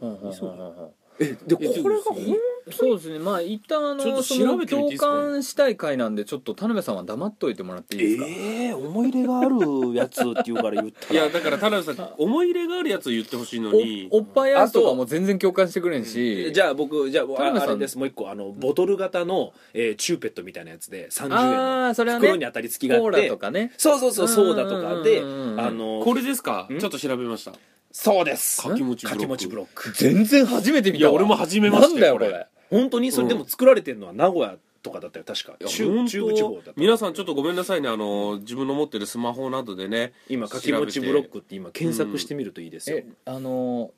Speaker 2: 本そう
Speaker 3: えでこ
Speaker 1: え
Speaker 3: れ
Speaker 1: ちょ
Speaker 3: が
Speaker 1: っと
Speaker 3: ほん
Speaker 2: そうですねまあ一旦あ
Speaker 1: ちょっ
Speaker 2: の
Speaker 1: と
Speaker 2: そ
Speaker 1: 調
Speaker 2: の
Speaker 1: べて
Speaker 2: 共
Speaker 1: みていいですか
Speaker 2: 感したい回なんでちょっと田辺さんは黙っといてもらっていいですか
Speaker 3: えー思い入れがあるやつっていうから言った
Speaker 1: いやだから田辺さん思い入れがあるやつを言ってほしいのに
Speaker 2: おおっぱいアートとかも全然共感してくれんし
Speaker 3: [LAUGHS] じゃあ僕じゃあ
Speaker 2: 田辺
Speaker 3: あ
Speaker 2: さん
Speaker 3: あれですもう一個あのボトル型の、えーチューペットみたいなやつで30円の
Speaker 2: ああーそれは
Speaker 3: 袋に
Speaker 2: ね
Speaker 3: 当たり付きがあ
Speaker 2: コー
Speaker 3: っ
Speaker 2: ラ
Speaker 3: て
Speaker 2: とかね
Speaker 3: そうそうそうそうだとかで
Speaker 2: うんうんうんうん
Speaker 3: あの
Speaker 1: これですか
Speaker 3: ん
Speaker 1: ちょっと調べました
Speaker 3: そうです
Speaker 1: かきもちブロック
Speaker 3: かきもちブロック
Speaker 2: 全然初めて見
Speaker 1: い
Speaker 2: た
Speaker 1: や
Speaker 2: わ
Speaker 1: 俺も初めま
Speaker 2: な
Speaker 1: し
Speaker 2: ん
Speaker 1: て
Speaker 2: だよこれ
Speaker 3: 本当にそれでも作られてるのは名古屋とかだったよ確か
Speaker 1: いや
Speaker 3: 中中部地方だ
Speaker 1: 本
Speaker 3: った
Speaker 1: 当皆さんちょっとごめんなさいねあの自分の持ってるスマホなどでね
Speaker 3: 今かきもちブロックって今検索してみるといいですよ
Speaker 2: えあの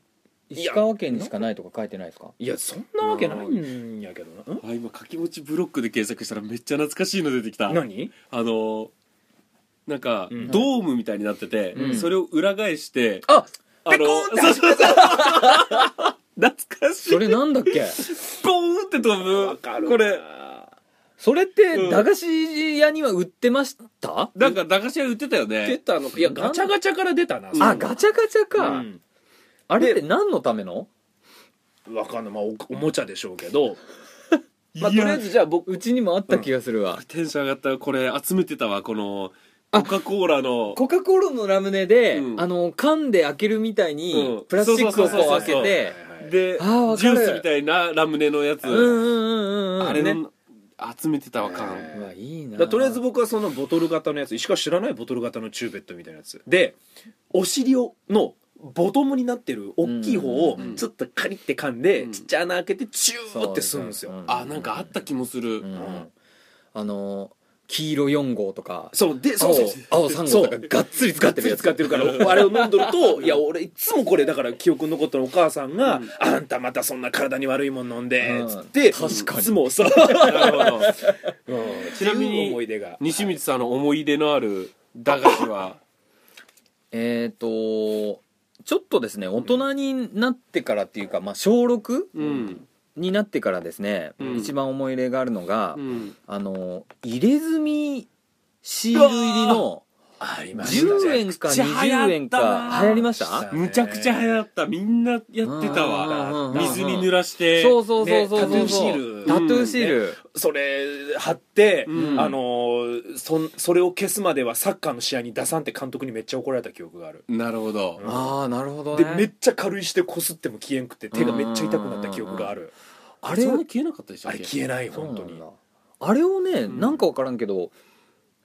Speaker 3: い
Speaker 2: 石
Speaker 3: や
Speaker 2: 川県にしかないとか書いてないですか
Speaker 3: いやそんなわけないんやけどな、ん
Speaker 1: あ今かきもちブロックで検索したらめっちゃ懐かしいの出てきたあの
Speaker 3: 何
Speaker 1: ーなんか、
Speaker 3: うん
Speaker 1: ドームみたいになってて、
Speaker 2: うん
Speaker 1: それを裏返して、
Speaker 2: あ
Speaker 1: あのそ
Speaker 2: [LAUGHS]
Speaker 1: うそうそう懐かしい
Speaker 2: それなんだっけ
Speaker 1: ボーンって飛ぶ
Speaker 3: わかる
Speaker 1: これ
Speaker 2: それっ
Speaker 1: う
Speaker 2: て
Speaker 1: ん
Speaker 2: 駄菓子屋には売ってました、
Speaker 1: なんか駄菓子屋売ってたよね
Speaker 3: 出たのかいやガチャガチャから出たな
Speaker 1: うん
Speaker 2: あガチャガチャ
Speaker 3: ャ
Speaker 2: か、あれって何のための
Speaker 3: わかんないまあおおもちゃでしょうけど
Speaker 1: い
Speaker 3: まあとりあえずじゃあ僕
Speaker 2: うちにもあった気がするわ、
Speaker 1: テンション上がったこれ集めてたわこのコカ・コーラの
Speaker 2: コカ・コーラのラムネで、
Speaker 1: うん
Speaker 2: あの缶で開けるみたいに、
Speaker 1: うん
Speaker 2: プラスチックを
Speaker 1: そう
Speaker 2: こ
Speaker 1: そうそうう
Speaker 2: 開
Speaker 1: そう
Speaker 2: けて
Speaker 3: で
Speaker 1: で
Speaker 2: あーわ
Speaker 1: ジ
Speaker 2: か
Speaker 1: ュ
Speaker 2: る
Speaker 1: ースみたいなラムネのやつ、
Speaker 2: うんうんうんうん
Speaker 1: あれの、
Speaker 2: ね
Speaker 1: 集めてたわ缶、
Speaker 3: え
Speaker 2: うわいいな
Speaker 3: だからとりあえず僕はそのボトル型のやつ石川知らないボトル型のチューベットみたいなやつでお尻をのボトムになってる大きい方を
Speaker 1: うん
Speaker 3: ちょっとカリって噛んで、
Speaker 1: うん
Speaker 3: ちっちゃな穴開けてチューって吸うんですよ、
Speaker 2: そう
Speaker 1: あなんかあった気もする、
Speaker 2: うんあの黄色4号とか
Speaker 3: そうでそ
Speaker 2: 青
Speaker 3: うそうそう
Speaker 2: 青3号とか
Speaker 3: そう
Speaker 2: がっつり使
Speaker 3: 使っ
Speaker 2: ってる
Speaker 3: てる
Speaker 2: や
Speaker 3: や
Speaker 2: つ
Speaker 3: つ使ってるからあれを飲んどるといや俺いつもこれだから記憶に残ったのお母さんが、
Speaker 1: うん
Speaker 3: あんたまたそんな体に悪いもん飲んで
Speaker 2: うん
Speaker 3: つって、
Speaker 2: 確かに
Speaker 3: いつもさ、
Speaker 1: なるほど
Speaker 3: [LAUGHS] ちなみに思い出が
Speaker 1: 西光さんの思い出のある駄菓子は
Speaker 2: えっ、とちょっとですね大人になってからっていうか、まあ、小6
Speaker 1: うん
Speaker 2: になってからですね、
Speaker 1: うん
Speaker 2: 一番思い入れがあるのが、
Speaker 1: うん
Speaker 2: あの入れ墨シール入りの
Speaker 3: ありました
Speaker 2: 10円か20円か流行りまし
Speaker 3: 流行ったた
Speaker 1: むちゃくちゃ流行ったみんなやってた
Speaker 2: うんうんうん
Speaker 1: わ
Speaker 2: うん
Speaker 1: 水に濡らして
Speaker 2: そうそうそうそうそう、
Speaker 3: ねタトゥーシール
Speaker 2: タトゥーシール、
Speaker 3: それ貼って、
Speaker 1: うん
Speaker 3: あのーそんそれを消すまではサッカーの試合に出さんって監督にめっちゃ怒られた記憶がある
Speaker 1: なるほど
Speaker 3: うん
Speaker 2: ああなるほど
Speaker 3: で
Speaker 2: ね
Speaker 3: めっちゃ軽いしてこすっても消えんくて手がめっちゃ痛くなった記憶がある
Speaker 1: あれは消えなかったでしょ
Speaker 3: あれ消えない
Speaker 2: そうな
Speaker 3: 本
Speaker 2: ん
Speaker 3: 当
Speaker 2: だ
Speaker 3: に
Speaker 2: あれをね、
Speaker 1: ん
Speaker 2: なんかわからんけど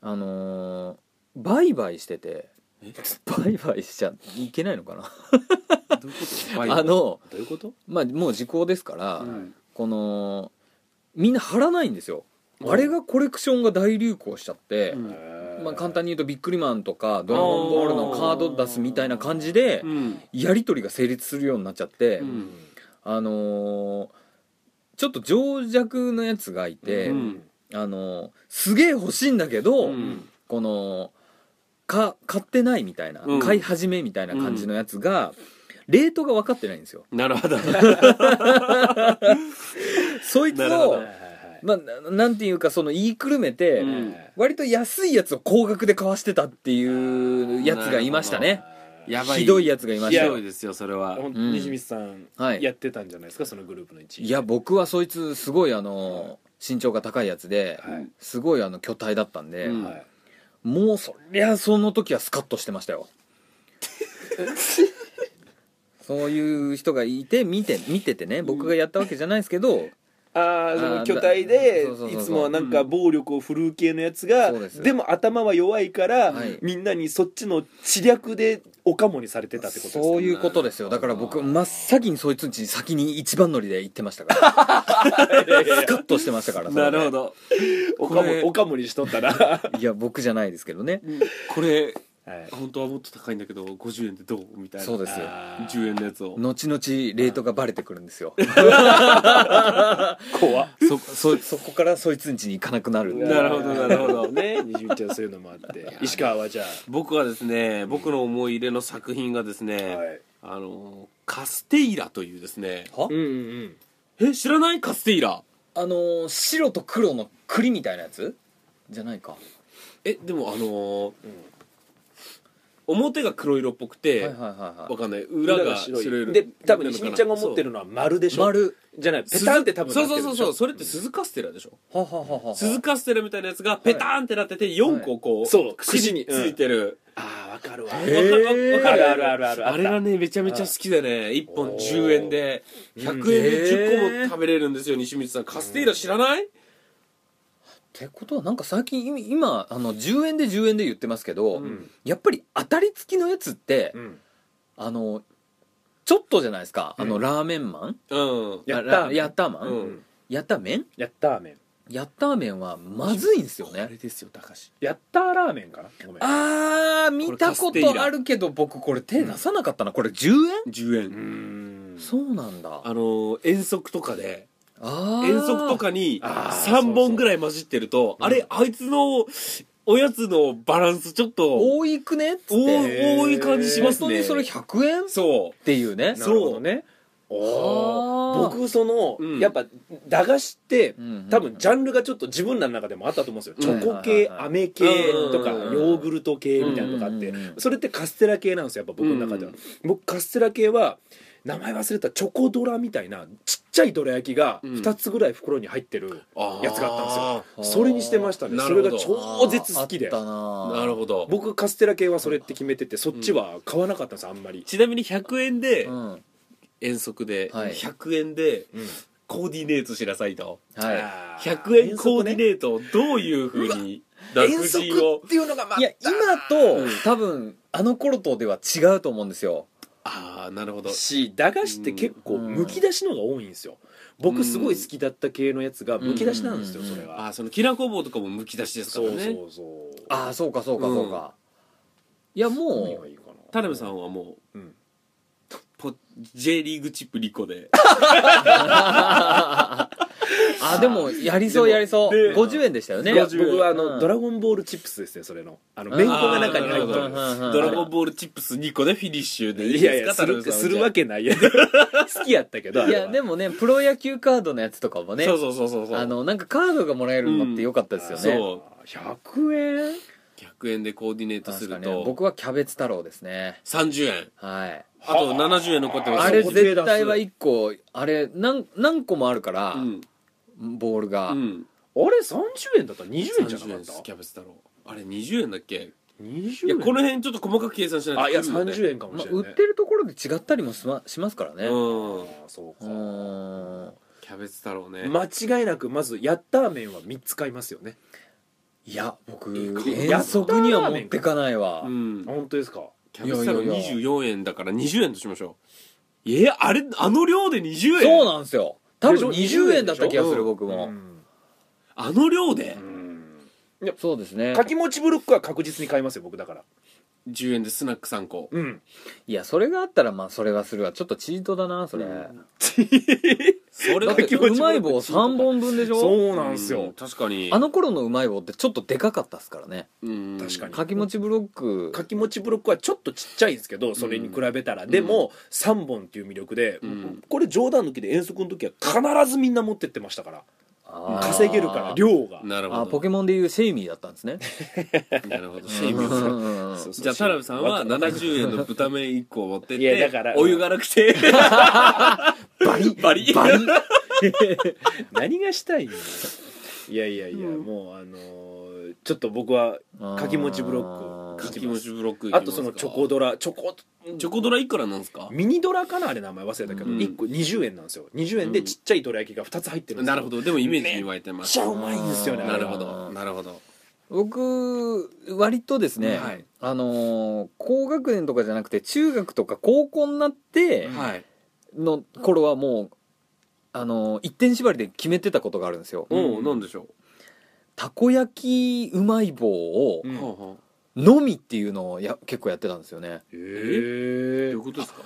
Speaker 2: あのー、売買してて
Speaker 1: え
Speaker 2: 売買しちゃいけないのかな、
Speaker 1: どういうことはい
Speaker 2: あの
Speaker 3: どういうこと
Speaker 2: まあもう時効ですから、
Speaker 1: うん
Speaker 2: このみんな貼らないんですよ、
Speaker 1: うん
Speaker 2: あれがコレクションが大流行しちゃって、
Speaker 1: うん
Speaker 2: まあ、簡単に言うとビックリマンとかドラゴンボールのカード出すみたいな感じで
Speaker 1: うん
Speaker 2: やり取りが成立するようになっちゃって、
Speaker 1: うん
Speaker 2: あのーちょっと情弱のやつがいて、
Speaker 1: うん
Speaker 2: あのーすげえ欲しいんだけど、
Speaker 1: うん
Speaker 2: このか買ってないみたいな、
Speaker 1: うん
Speaker 2: 買い始めみたいな感じのやつが、レートが分かってないんですよ
Speaker 1: なるほど
Speaker 2: そいつ
Speaker 1: なるほ
Speaker 2: を
Speaker 1: ど
Speaker 2: まあななんていうかその言いくるめて、
Speaker 1: うん
Speaker 2: 割と安いやつを高額で買わしてたっていうやつがいましたね
Speaker 1: やばい
Speaker 2: ひどいやつがいま
Speaker 1: ひ
Speaker 2: した
Speaker 1: ど
Speaker 2: よ
Speaker 1: いですよそれは
Speaker 3: 本当
Speaker 2: うん
Speaker 3: に西光さん
Speaker 2: はい
Speaker 3: やってたんじゃないですかそのグループの一位
Speaker 2: いや僕はそいつすごいあの身長が高いやつで、
Speaker 3: はい
Speaker 2: すごいあの巨体だったんで、
Speaker 1: うん
Speaker 3: はい
Speaker 2: もうそりゃその時はスカッとしてましたよそういう人がいて見て見ててね僕がやったわけじゃないですけど、
Speaker 3: ああそ
Speaker 2: あー
Speaker 3: の巨体で
Speaker 2: そうそうそう
Speaker 3: い
Speaker 2: そう
Speaker 3: つもはなんか暴力を振るう系のやつが
Speaker 2: そうです
Speaker 3: でも頭は弱いから
Speaker 2: はい
Speaker 3: みんなにそっちの知略でおかもにされてたってことですか
Speaker 2: そういうことですよだから僕真っ先にそいつんちに先に一番乗りで行ってましたからスカッとしてましたからそれ
Speaker 1: な
Speaker 2: で
Speaker 1: るほど
Speaker 3: おか
Speaker 1: これ
Speaker 3: もおかもにしとったら
Speaker 2: いや僕じゃないですけどね
Speaker 1: これ
Speaker 3: はい
Speaker 1: 本当はもっと高いんだけど50円でどうみたいな
Speaker 2: そうですよ
Speaker 3: あー
Speaker 1: 10円のやつを
Speaker 2: 後々レートがバレてくるんですよ
Speaker 3: 怖っ
Speaker 2: そそそこからそいつんちに行かなくなる
Speaker 1: なるほどなるほど
Speaker 3: [LAUGHS] ねにじみちゃんそういうのもあって石川はじゃ
Speaker 1: 僕はですね僕の思い入れの作品がです
Speaker 3: あ
Speaker 1: ね、
Speaker 3: はい
Speaker 1: あのカステイラというですね
Speaker 2: は
Speaker 3: うんうん
Speaker 1: え知らないカステイラ
Speaker 2: あのー白と黒の栗みたいなやつじゃないか
Speaker 1: えでもあのー
Speaker 3: うん
Speaker 1: 表が黒色っぽくて、
Speaker 2: はいはいはい
Speaker 1: わ
Speaker 2: は
Speaker 1: かんない裏が白色
Speaker 3: で多分西みちゃんが持ってるのは丸で
Speaker 2: い
Speaker 3: しょ
Speaker 2: 丸
Speaker 3: じゃないペ
Speaker 1: ペ
Speaker 3: タンって多分
Speaker 1: そうそうそうそう
Speaker 3: う
Speaker 1: それって鈴カステラでしょ、
Speaker 2: はははは
Speaker 1: 鈴カステラみたいなやつがペターンってなってて4個こう、
Speaker 3: そう
Speaker 1: 串についてる、
Speaker 3: ああわかるわ
Speaker 2: へ
Speaker 1: わ
Speaker 2: ー
Speaker 1: かるわかる
Speaker 3: あるあるあるあった
Speaker 1: れがねめちゃめちゃ好きでね1本10円で100円で10個も食べれるんですよ西光さんカステイラ知らない、
Speaker 2: ってことはなんか最近今今あの10円で10円で言ってますけど、
Speaker 1: ん
Speaker 2: やっぱり当たり付きのやつって、
Speaker 3: うん
Speaker 2: あのちょっとじゃないですか、あの
Speaker 3: うん
Speaker 2: ラーメンマン
Speaker 1: うん
Speaker 3: やったー
Speaker 2: あラやったーマン、
Speaker 1: うん
Speaker 2: やったーメン
Speaker 3: やったーめん
Speaker 2: やったーメンはまずいんですよ
Speaker 1: あ
Speaker 2: ね
Speaker 1: れですよ高橋
Speaker 3: やったーラーメンかなごめん
Speaker 2: あー見たこ
Speaker 1: これカステイ
Speaker 2: と
Speaker 1: ラ
Speaker 2: あるけど僕これ手出さなかったなこれ10円、
Speaker 1: 10円、
Speaker 3: うーん
Speaker 2: そうなんだ
Speaker 1: あのー遠足とかで
Speaker 2: あー
Speaker 1: 遠足とかに
Speaker 3: あー
Speaker 1: 3本ぐらい混じってるとあれあいつのおやつのバランスちょっと
Speaker 2: 多いくねっつって
Speaker 1: 多
Speaker 3: い
Speaker 1: い多い感じします
Speaker 2: 本当
Speaker 1: ね
Speaker 2: にそれ100円っ
Speaker 1: そ
Speaker 2: ていうね
Speaker 3: なるほどねお
Speaker 2: あ
Speaker 3: ー
Speaker 2: ー
Speaker 3: 僕その、
Speaker 1: うん
Speaker 3: やっぱ駄菓子って
Speaker 2: うんうん
Speaker 3: 多分ジャンルがちょっと自分らの中でもあったと思うんですよ、
Speaker 1: うん
Speaker 3: チョコ系
Speaker 2: はいはいはい
Speaker 3: 飴系とか
Speaker 1: うんうんうん
Speaker 3: ヨーグルト系みたいなのがあって、
Speaker 2: うんうんうん
Speaker 3: それってカステラ系なんですよやっぱ僕の中では、
Speaker 1: うん
Speaker 3: 僕カステラ系は名前忘れたチョコドラみたいなちっちゃいどら焼きが
Speaker 1: うん
Speaker 3: 2つぐらい袋に入ってる、
Speaker 1: うあー
Speaker 3: やつがあったんですよ
Speaker 2: あー
Speaker 3: それにしてましたね
Speaker 1: な
Speaker 3: そ
Speaker 1: るほ
Speaker 3: れ
Speaker 1: ど
Speaker 3: が超絶好きで
Speaker 2: あったな
Speaker 1: なるほど
Speaker 3: 僕カステラ系はそれって決めててそっちは買わなかったんですあんまり、
Speaker 1: ちなみに100円で
Speaker 2: うんはい
Speaker 1: 遠足で
Speaker 2: はい
Speaker 1: 100円で
Speaker 3: うん
Speaker 1: コーディネートしなさいと
Speaker 3: あー
Speaker 1: 100円コーディネ
Speaker 3: 遠
Speaker 1: ートをどういうふうに
Speaker 3: 足ね
Speaker 1: 楽
Speaker 3: 遠
Speaker 1: し
Speaker 3: 足
Speaker 1: を
Speaker 3: っていうのがま
Speaker 2: いや今
Speaker 3: た
Speaker 2: と多分あの頃とでは違うと思うんですよ
Speaker 1: ああなるほど
Speaker 3: し駄菓子って結構むき出しのが多いんですよ僕すごい好きだった系のやつがむき出しなんですよ
Speaker 2: うん
Speaker 3: それ
Speaker 1: あ
Speaker 3: が
Speaker 1: あそのきなこ棒とかもむき出しですか
Speaker 3: そ
Speaker 1: ら
Speaker 3: う
Speaker 1: ね
Speaker 3: そうそう
Speaker 2: ああそうかそうかそうか、いやもう
Speaker 3: いいかな
Speaker 1: 田辺さんはもう、
Speaker 3: うん
Speaker 1: ポ J リーグチップ2個で
Speaker 2: あでもやりそうやりそう
Speaker 3: で
Speaker 2: 50円でしたよね
Speaker 3: いや僕はあの、
Speaker 2: うん
Speaker 3: ドラゴンボールチップスですねそれのあのめんこが中に入って
Speaker 1: あ
Speaker 2: どう
Speaker 1: ーなるほ
Speaker 3: る
Speaker 2: んうんうん
Speaker 1: ドラゴンボールチップス2個でフィニッシュでいい
Speaker 3: いやい
Speaker 1: で
Speaker 3: や
Speaker 1: すか
Speaker 3: する
Speaker 1: 田辺さんは
Speaker 3: するわけないやん好きやったけどあ
Speaker 2: い
Speaker 3: れは
Speaker 2: やでもねプロ野球カードのやつとかもね
Speaker 1: そうそうそうそうそう
Speaker 2: あのなんかカードがもらえるのって良かったですよね、
Speaker 1: そう
Speaker 3: 100円
Speaker 1: 100円でコーディネートす
Speaker 2: 確か
Speaker 1: る
Speaker 2: にね
Speaker 1: と
Speaker 2: 僕はキャベツ太郎ですね
Speaker 1: 30円
Speaker 2: はい
Speaker 1: あと70円残ってます
Speaker 2: あれ
Speaker 3: そこで出す
Speaker 2: 絶対は1個あれ何何個もあるから、
Speaker 1: うん
Speaker 2: ボールが、
Speaker 1: うん
Speaker 3: あれ30円だったら20円じゃなか
Speaker 1: 30
Speaker 3: っ
Speaker 1: 円です
Speaker 3: た
Speaker 1: キャベツ太郎あれ20円だっけ
Speaker 3: 20
Speaker 1: いや
Speaker 3: 円
Speaker 1: この辺ちょっと細かく計算しないと
Speaker 3: あいや
Speaker 1: 来るよね
Speaker 3: 30円かも
Speaker 2: ま
Speaker 3: し
Speaker 2: あ
Speaker 3: れな
Speaker 2: 売
Speaker 3: い、
Speaker 2: ってるところで違ったりもしましますからね
Speaker 1: うん
Speaker 3: あーそう
Speaker 2: う
Speaker 3: か、
Speaker 2: ん
Speaker 1: キャベツ太郎ね
Speaker 3: 間違いなくまずヤッター麺は3つ買いますよね
Speaker 2: いや僕
Speaker 3: え
Speaker 2: 遠足には持ってかないわ
Speaker 1: うん
Speaker 3: 本当ですか
Speaker 1: キャベツ太郎
Speaker 2: いやいやい
Speaker 1: 24円だから20円としましょうえあれあの量で20円
Speaker 2: そうなんですよ多分
Speaker 3: でしょ
Speaker 2: 20円だった気がす
Speaker 1: でし
Speaker 2: る
Speaker 1: ょ
Speaker 2: 僕
Speaker 3: う
Speaker 2: も、
Speaker 3: ん、
Speaker 1: あの量で
Speaker 2: そうですね
Speaker 3: かきもちブロックは確実に買いますよ僕だから
Speaker 1: 10円でスナック3個
Speaker 3: うん
Speaker 2: いやそれがあったらまあそれはするわちょっとチートだなそれ、
Speaker 1: [LAUGHS] それ
Speaker 2: だ
Speaker 1: が
Speaker 2: って
Speaker 1: 気持
Speaker 2: う
Speaker 1: ち
Speaker 2: ま
Speaker 1: 悪
Speaker 2: い棒3本分でしょ
Speaker 3: そうなんです
Speaker 1: う
Speaker 3: よ、
Speaker 1: 確かに
Speaker 2: あの頃のうまい棒ってちょっとでかかったっすからね
Speaker 1: うん
Speaker 3: 確かに
Speaker 2: かきもちブロック
Speaker 3: かきもちブロックはちょっとちっちゃいんですけどそれに比べたら、でも3本っていう魅力で、
Speaker 1: うん
Speaker 3: これ冗談抜きで遠足の時は必ずみんな持ってってましたから
Speaker 2: あー
Speaker 3: 稼げるから量が
Speaker 1: なるほ
Speaker 2: あ
Speaker 1: ど
Speaker 2: ポケモンでいうシェイミーだったんですね
Speaker 1: なるほど
Speaker 2: う
Speaker 1: シェイ
Speaker 2: ん
Speaker 1: ミーズ
Speaker 2: うんうん
Speaker 3: そうそう
Speaker 1: じゃあ田辺さんは70円の豚麺1個持ってっ
Speaker 3: いやだ
Speaker 1: て
Speaker 3: から
Speaker 1: お湯がなくて
Speaker 2: バリ
Speaker 1: [LAUGHS] バリ
Speaker 2: バリ
Speaker 3: 何がしたいんだよいやいやいや、もうあのーちょっと僕はかきもちブロック
Speaker 1: かきもちブロックいきま
Speaker 3: あ
Speaker 1: すか
Speaker 3: とそのチョコドラチョコ
Speaker 1: チョコドラいくらなんですか
Speaker 3: ミニドラかなあれ名前忘れたけど、
Speaker 1: うん
Speaker 3: 1個20円なんですよ20円でちっちゃいどら焼きが2つ入ってるんですよ
Speaker 1: なるほどでもイメージに湧いてま
Speaker 3: めっ
Speaker 1: す
Speaker 3: ちゃうまいんですよねあ
Speaker 1: な
Speaker 3: れ
Speaker 1: る
Speaker 3: は
Speaker 1: ほどなるほど
Speaker 2: 僕割とですね、
Speaker 1: はい
Speaker 2: あのー高学年とかじゃなくて中学とか高校になって
Speaker 1: はい
Speaker 2: の頃はもう、あのー一点縛りで決めてたことがあるんですよ、
Speaker 1: おうなんでしょ
Speaker 2: たこ焼きうまい棒を
Speaker 3: う
Speaker 1: う
Speaker 3: ん
Speaker 1: はあはあ
Speaker 2: のみっていうのをや結構やってたんですよね
Speaker 1: どう
Speaker 3: へえ
Speaker 1: いうことですか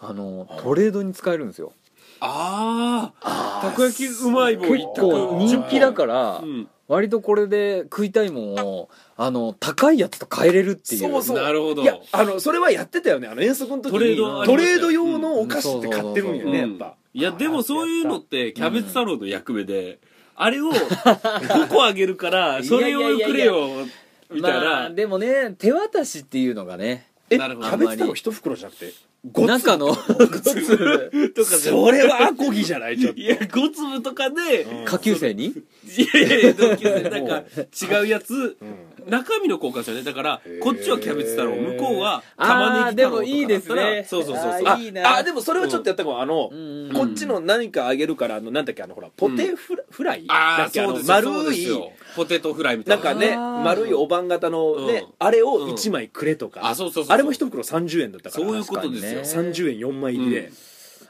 Speaker 2: あのートレードに使えるんですよ
Speaker 1: ああたこ焼きうまい棒
Speaker 2: 結
Speaker 1: 一
Speaker 2: 構
Speaker 1: 択
Speaker 2: 人気だから、
Speaker 1: うん
Speaker 2: 割とこれで食いたいもんをあの高いやつと変えれるっていう
Speaker 3: そうそう
Speaker 1: なるほど
Speaker 3: いやあのそれはやってたよねあの遠足の
Speaker 1: ト
Speaker 3: 時にト
Speaker 1: レー
Speaker 3: レー
Speaker 1: ド
Speaker 3: ド
Speaker 1: ありましたよ
Speaker 3: 用のお菓子って買ってるんよね、
Speaker 1: うん
Speaker 3: やっぱ
Speaker 1: いやでもそういうのってキャベツ太郎の役目であれを5個あげる [LAUGHS] からそれをくれよみたい
Speaker 2: まあ
Speaker 1: な
Speaker 2: でもね手渡しっていうのがね
Speaker 3: えキ
Speaker 1: なるほど
Speaker 3: ャベツ太郎一袋じゃなくて5
Speaker 2: 中の
Speaker 1: とか
Speaker 3: それはアコギじゃないちょっと
Speaker 1: いや5粒とかで
Speaker 3: う
Speaker 2: [LAUGHS]
Speaker 3: ん
Speaker 2: 下級生に
Speaker 1: いやいやいや同級生なんか違うやつ
Speaker 3: うん
Speaker 1: 中身の交換者ねだから
Speaker 3: へー
Speaker 1: こっちはキャベツ太郎向こうは
Speaker 2: あ
Speaker 1: 玉
Speaker 2: ー
Speaker 1: ねぎ
Speaker 2: で
Speaker 1: 太郎と
Speaker 2: も
Speaker 1: か
Speaker 2: いいです
Speaker 1: だったら
Speaker 2: ね
Speaker 1: そうそうそうそう
Speaker 2: あ
Speaker 3: あ
Speaker 2: いいな
Speaker 3: あでもそれはちょっとやったかも、あの、
Speaker 2: うん
Speaker 3: こっちの何かあげるからあのなんだっけあのほらポテフラ,、フライ
Speaker 1: あ
Speaker 3: だ
Speaker 1: あ
Speaker 3: っけ
Speaker 1: そうですよそう
Speaker 3: 丸
Speaker 1: です
Speaker 3: い
Speaker 1: よポテトフライみた
Speaker 3: ないん
Speaker 1: な
Speaker 3: かね
Speaker 2: あー
Speaker 3: 丸いおばん型のね、
Speaker 1: うん
Speaker 3: あれを1枚くれとか、
Speaker 1: あそうそうそうそう
Speaker 3: あれも一袋30円だったから
Speaker 1: そういうことですよ
Speaker 2: 確かにね
Speaker 3: 30円4枚入りで、
Speaker 1: うん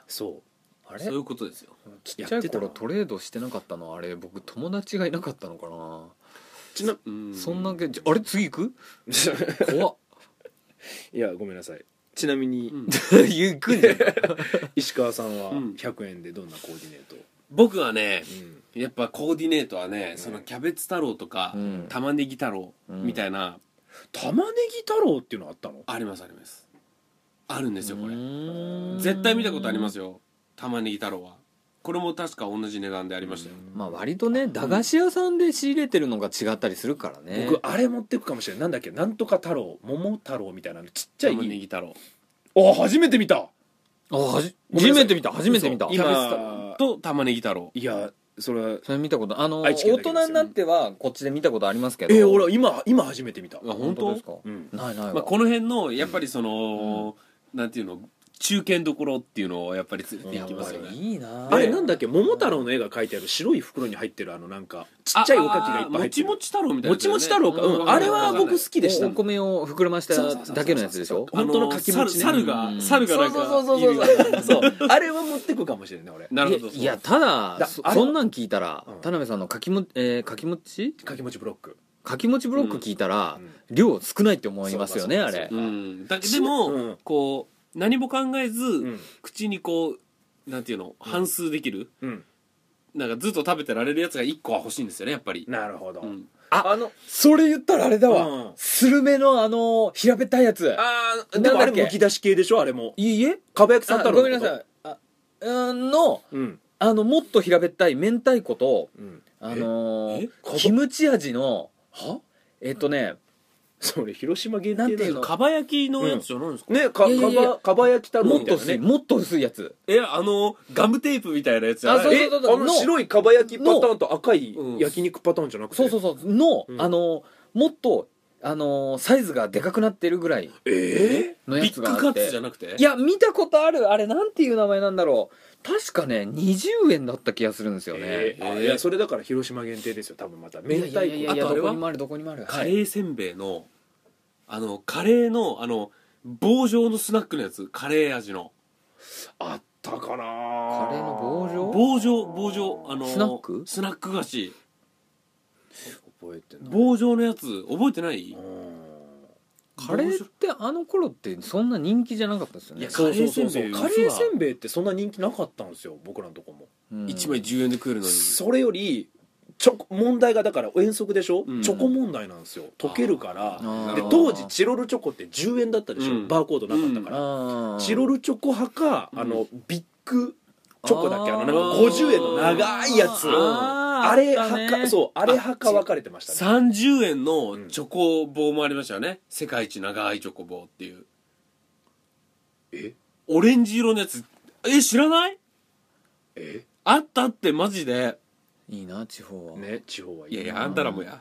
Speaker 3: そ
Speaker 2: あれ
Speaker 1: そういうことですよ
Speaker 2: ちっちゃい頃トレードしてなかったのあれ僕友達がいなかったのかな
Speaker 3: うちな [LAUGHS]
Speaker 1: うん
Speaker 2: そんなけじゃあれ次 [LAUGHS] 行く怖っ [LAUGHS]
Speaker 3: いやごめんなさいちなみに、
Speaker 1: うん
Speaker 2: 行くんじゃん
Speaker 3: 石川さんは
Speaker 1: うん
Speaker 3: 100円でどんなコーディネートを、
Speaker 1: 僕はね
Speaker 3: うん
Speaker 1: やっぱコーディネートはねそのキャベツ太郎とか
Speaker 2: うん
Speaker 1: 玉ねぎ太郎みたいな
Speaker 3: 玉ねぎ太郎っていうのあったの
Speaker 1: ありますありますあるんですよこれ
Speaker 2: れ
Speaker 1: 絶対見たことありますよ玉ねぎ太郎はこれも確か同じ値段でありましたよ
Speaker 2: まあ割とね駄菓子屋さんで仕入れてるのが違ったりするからね
Speaker 3: 僕あれ持ってくかもしれないなんだっけなんとか太郎桃太郎みたいなのちっちゃい
Speaker 1: 玉ねぎ太郎
Speaker 3: あ初めて見た
Speaker 2: あはじ
Speaker 3: ごめ
Speaker 2: 初
Speaker 3: んなさい
Speaker 2: めて見た初めて見た
Speaker 3: 嘘
Speaker 1: キ
Speaker 3: 今
Speaker 1: ャベツ太郎と玉ねぎ太郎
Speaker 3: いやそれは
Speaker 2: それ見たことあの大
Speaker 3: 愛知県だけですよ
Speaker 2: 人になってはこっちで見たことありますけど
Speaker 3: えー、俺は今今初めて見た
Speaker 1: あ本当
Speaker 2: ですか
Speaker 3: うん
Speaker 2: ないないわ
Speaker 1: まあ、この辺のやっぱりその、なんていうの中堅どころっていうのをやっぱり連れて
Speaker 3: い
Speaker 1: 行きますよ
Speaker 2: やっぱ
Speaker 1: ね
Speaker 2: りいいな
Speaker 3: あれなんだっけ桃太郎の絵が描いてある白い袋に入ってるあのなんかちっちゃいおかきがいっぱい入ってる
Speaker 1: あーもちもち太郎みたいな
Speaker 3: も
Speaker 1: やつ
Speaker 3: ち
Speaker 1: だよね、
Speaker 3: もち太郎か、うん、あれは僕好きでした
Speaker 2: おお米を膨らましただけのやつでしょ
Speaker 1: あの
Speaker 3: 本当の柿餅ね
Speaker 1: 猿が
Speaker 2: うん
Speaker 1: 猿が
Speaker 3: そ
Speaker 1: な
Speaker 3: うん
Speaker 1: か
Speaker 3: そうそう
Speaker 1: い
Speaker 3: そ
Speaker 1: る
Speaker 3: う
Speaker 1: よ
Speaker 3: そうそうあれは持ってくかもしれない俺
Speaker 1: [LAUGHS] なるほどそ
Speaker 2: い
Speaker 1: う
Speaker 2: やいやただ
Speaker 3: だ
Speaker 2: そ
Speaker 3: あれ
Speaker 2: そんなん聞いたら
Speaker 3: うん
Speaker 2: 田辺さんのかきもえーかきもち
Speaker 3: かきもちブロック
Speaker 2: かきもちブロック聞いたら
Speaker 3: うん
Speaker 2: 量少ないって思いますよね
Speaker 3: そう
Speaker 2: あ
Speaker 3: かそうか
Speaker 2: れ
Speaker 3: そう
Speaker 1: うんだけどでも、
Speaker 3: うん
Speaker 1: こう何も考えず、
Speaker 3: うん
Speaker 1: 口にこうなんていうの反数できる、
Speaker 3: うん
Speaker 1: なんかずっと食べてられるやつが1個は欲しいんですよねやっぱり、
Speaker 3: なるほど、
Speaker 1: うん
Speaker 2: あ
Speaker 3: あの
Speaker 2: それ言ったらあれだ
Speaker 3: うん
Speaker 2: スルメのあの平べったいやつ
Speaker 3: あ
Speaker 2: ー
Speaker 3: でもあ
Speaker 2: なんだ
Speaker 3: れ
Speaker 2: っけ
Speaker 3: むき出し系でしょあれも
Speaker 2: いいえ
Speaker 3: かば焼きさ
Speaker 2: あ
Speaker 3: ん太郎
Speaker 2: ごめんなさ
Speaker 3: い
Speaker 2: いあうんの
Speaker 3: うん
Speaker 2: あのもっと平べったい明太子と
Speaker 3: うん
Speaker 2: あのー
Speaker 1: ええ
Speaker 3: かば
Speaker 2: キムチ味の
Speaker 3: は
Speaker 2: えっとね
Speaker 3: それ広島限定
Speaker 2: な
Speaker 3: だ
Speaker 2: ん
Speaker 3: よ
Speaker 2: ていうの
Speaker 1: かば焼きのやつじゃないんですか、
Speaker 3: ねか
Speaker 2: いやいやいや
Speaker 3: かばかば焼き太
Speaker 2: も
Speaker 3: 郎
Speaker 2: っ
Speaker 3: みた
Speaker 2: と
Speaker 3: いな
Speaker 2: 薄い
Speaker 3: ね
Speaker 2: もっと薄いやつ
Speaker 1: えあのガムテープみたいなやつじゃない
Speaker 2: あそう
Speaker 3: えあの
Speaker 2: の
Speaker 3: 白いかば焼きパターンと赤い
Speaker 1: うん
Speaker 3: 焼肉パターンじゃなくて
Speaker 2: そうそうそうの、
Speaker 3: うん
Speaker 2: あのもっとあのサイズがでかくなってるぐらい
Speaker 3: え
Speaker 2: のや
Speaker 1: ビッ
Speaker 2: つが
Speaker 1: グ
Speaker 2: あ
Speaker 1: カ
Speaker 2: って
Speaker 1: ツじゃなくて
Speaker 2: いや見たことあるあれなんていう名前なんだろう確かね20円だった気がするんですよね、
Speaker 3: えーあいやそれだから広島限定ですよ多分また明
Speaker 2: い
Speaker 3: 太
Speaker 2: やいやいやいや
Speaker 1: あとあれ
Speaker 2: ど
Speaker 1: は
Speaker 2: こにもあるどこにもある
Speaker 1: カ
Speaker 2: はい
Speaker 1: レーせんべいのあのカレーのあの棒状のスナックのやつカレー味の
Speaker 3: あったかなカレ
Speaker 2: レーの棒状
Speaker 1: 棒状棒状あの
Speaker 2: スナック
Speaker 1: スナック菓子
Speaker 3: 覚えてない
Speaker 1: 棒状のやつ覚えてない
Speaker 2: カレーってあの頃ってそんな人気じゃなかったですよ
Speaker 1: い
Speaker 2: ね
Speaker 1: や
Speaker 3: そうそうそうそう
Speaker 1: カ
Speaker 3: カ
Speaker 1: レ
Speaker 3: レ
Speaker 1: ー
Speaker 3: ー
Speaker 1: せ
Speaker 3: せ
Speaker 1: ん
Speaker 3: んべいってそんな人気なかったんですよ僕らのとこも
Speaker 2: うん
Speaker 1: 1枚10円で食えるのに
Speaker 3: それよりチョコ問題がだから遠足でしょ、
Speaker 1: うん
Speaker 3: チョコ問題なんですよ溶けるから
Speaker 2: あー
Speaker 3: で当時チロルチョコって10円だったでしょ、
Speaker 1: うん
Speaker 3: バーコードなかったから、
Speaker 2: あー
Speaker 3: チロルチョコ派か
Speaker 1: うん
Speaker 3: あのビッグチョコだっけあのなんか
Speaker 1: あー
Speaker 3: 50円の長いやつ
Speaker 2: あー
Speaker 3: あれ
Speaker 2: あったね
Speaker 3: 派かそうあれ派か分かれてましたね
Speaker 1: 30円のチョコ棒もありましたよね、世界一長いチョコ棒っていう
Speaker 3: え
Speaker 1: オレンジ色のやつえ知らない
Speaker 3: え
Speaker 1: あったってマジで
Speaker 2: いいな地方は、
Speaker 3: ね地方はい
Speaker 1: いやいやあんたらもや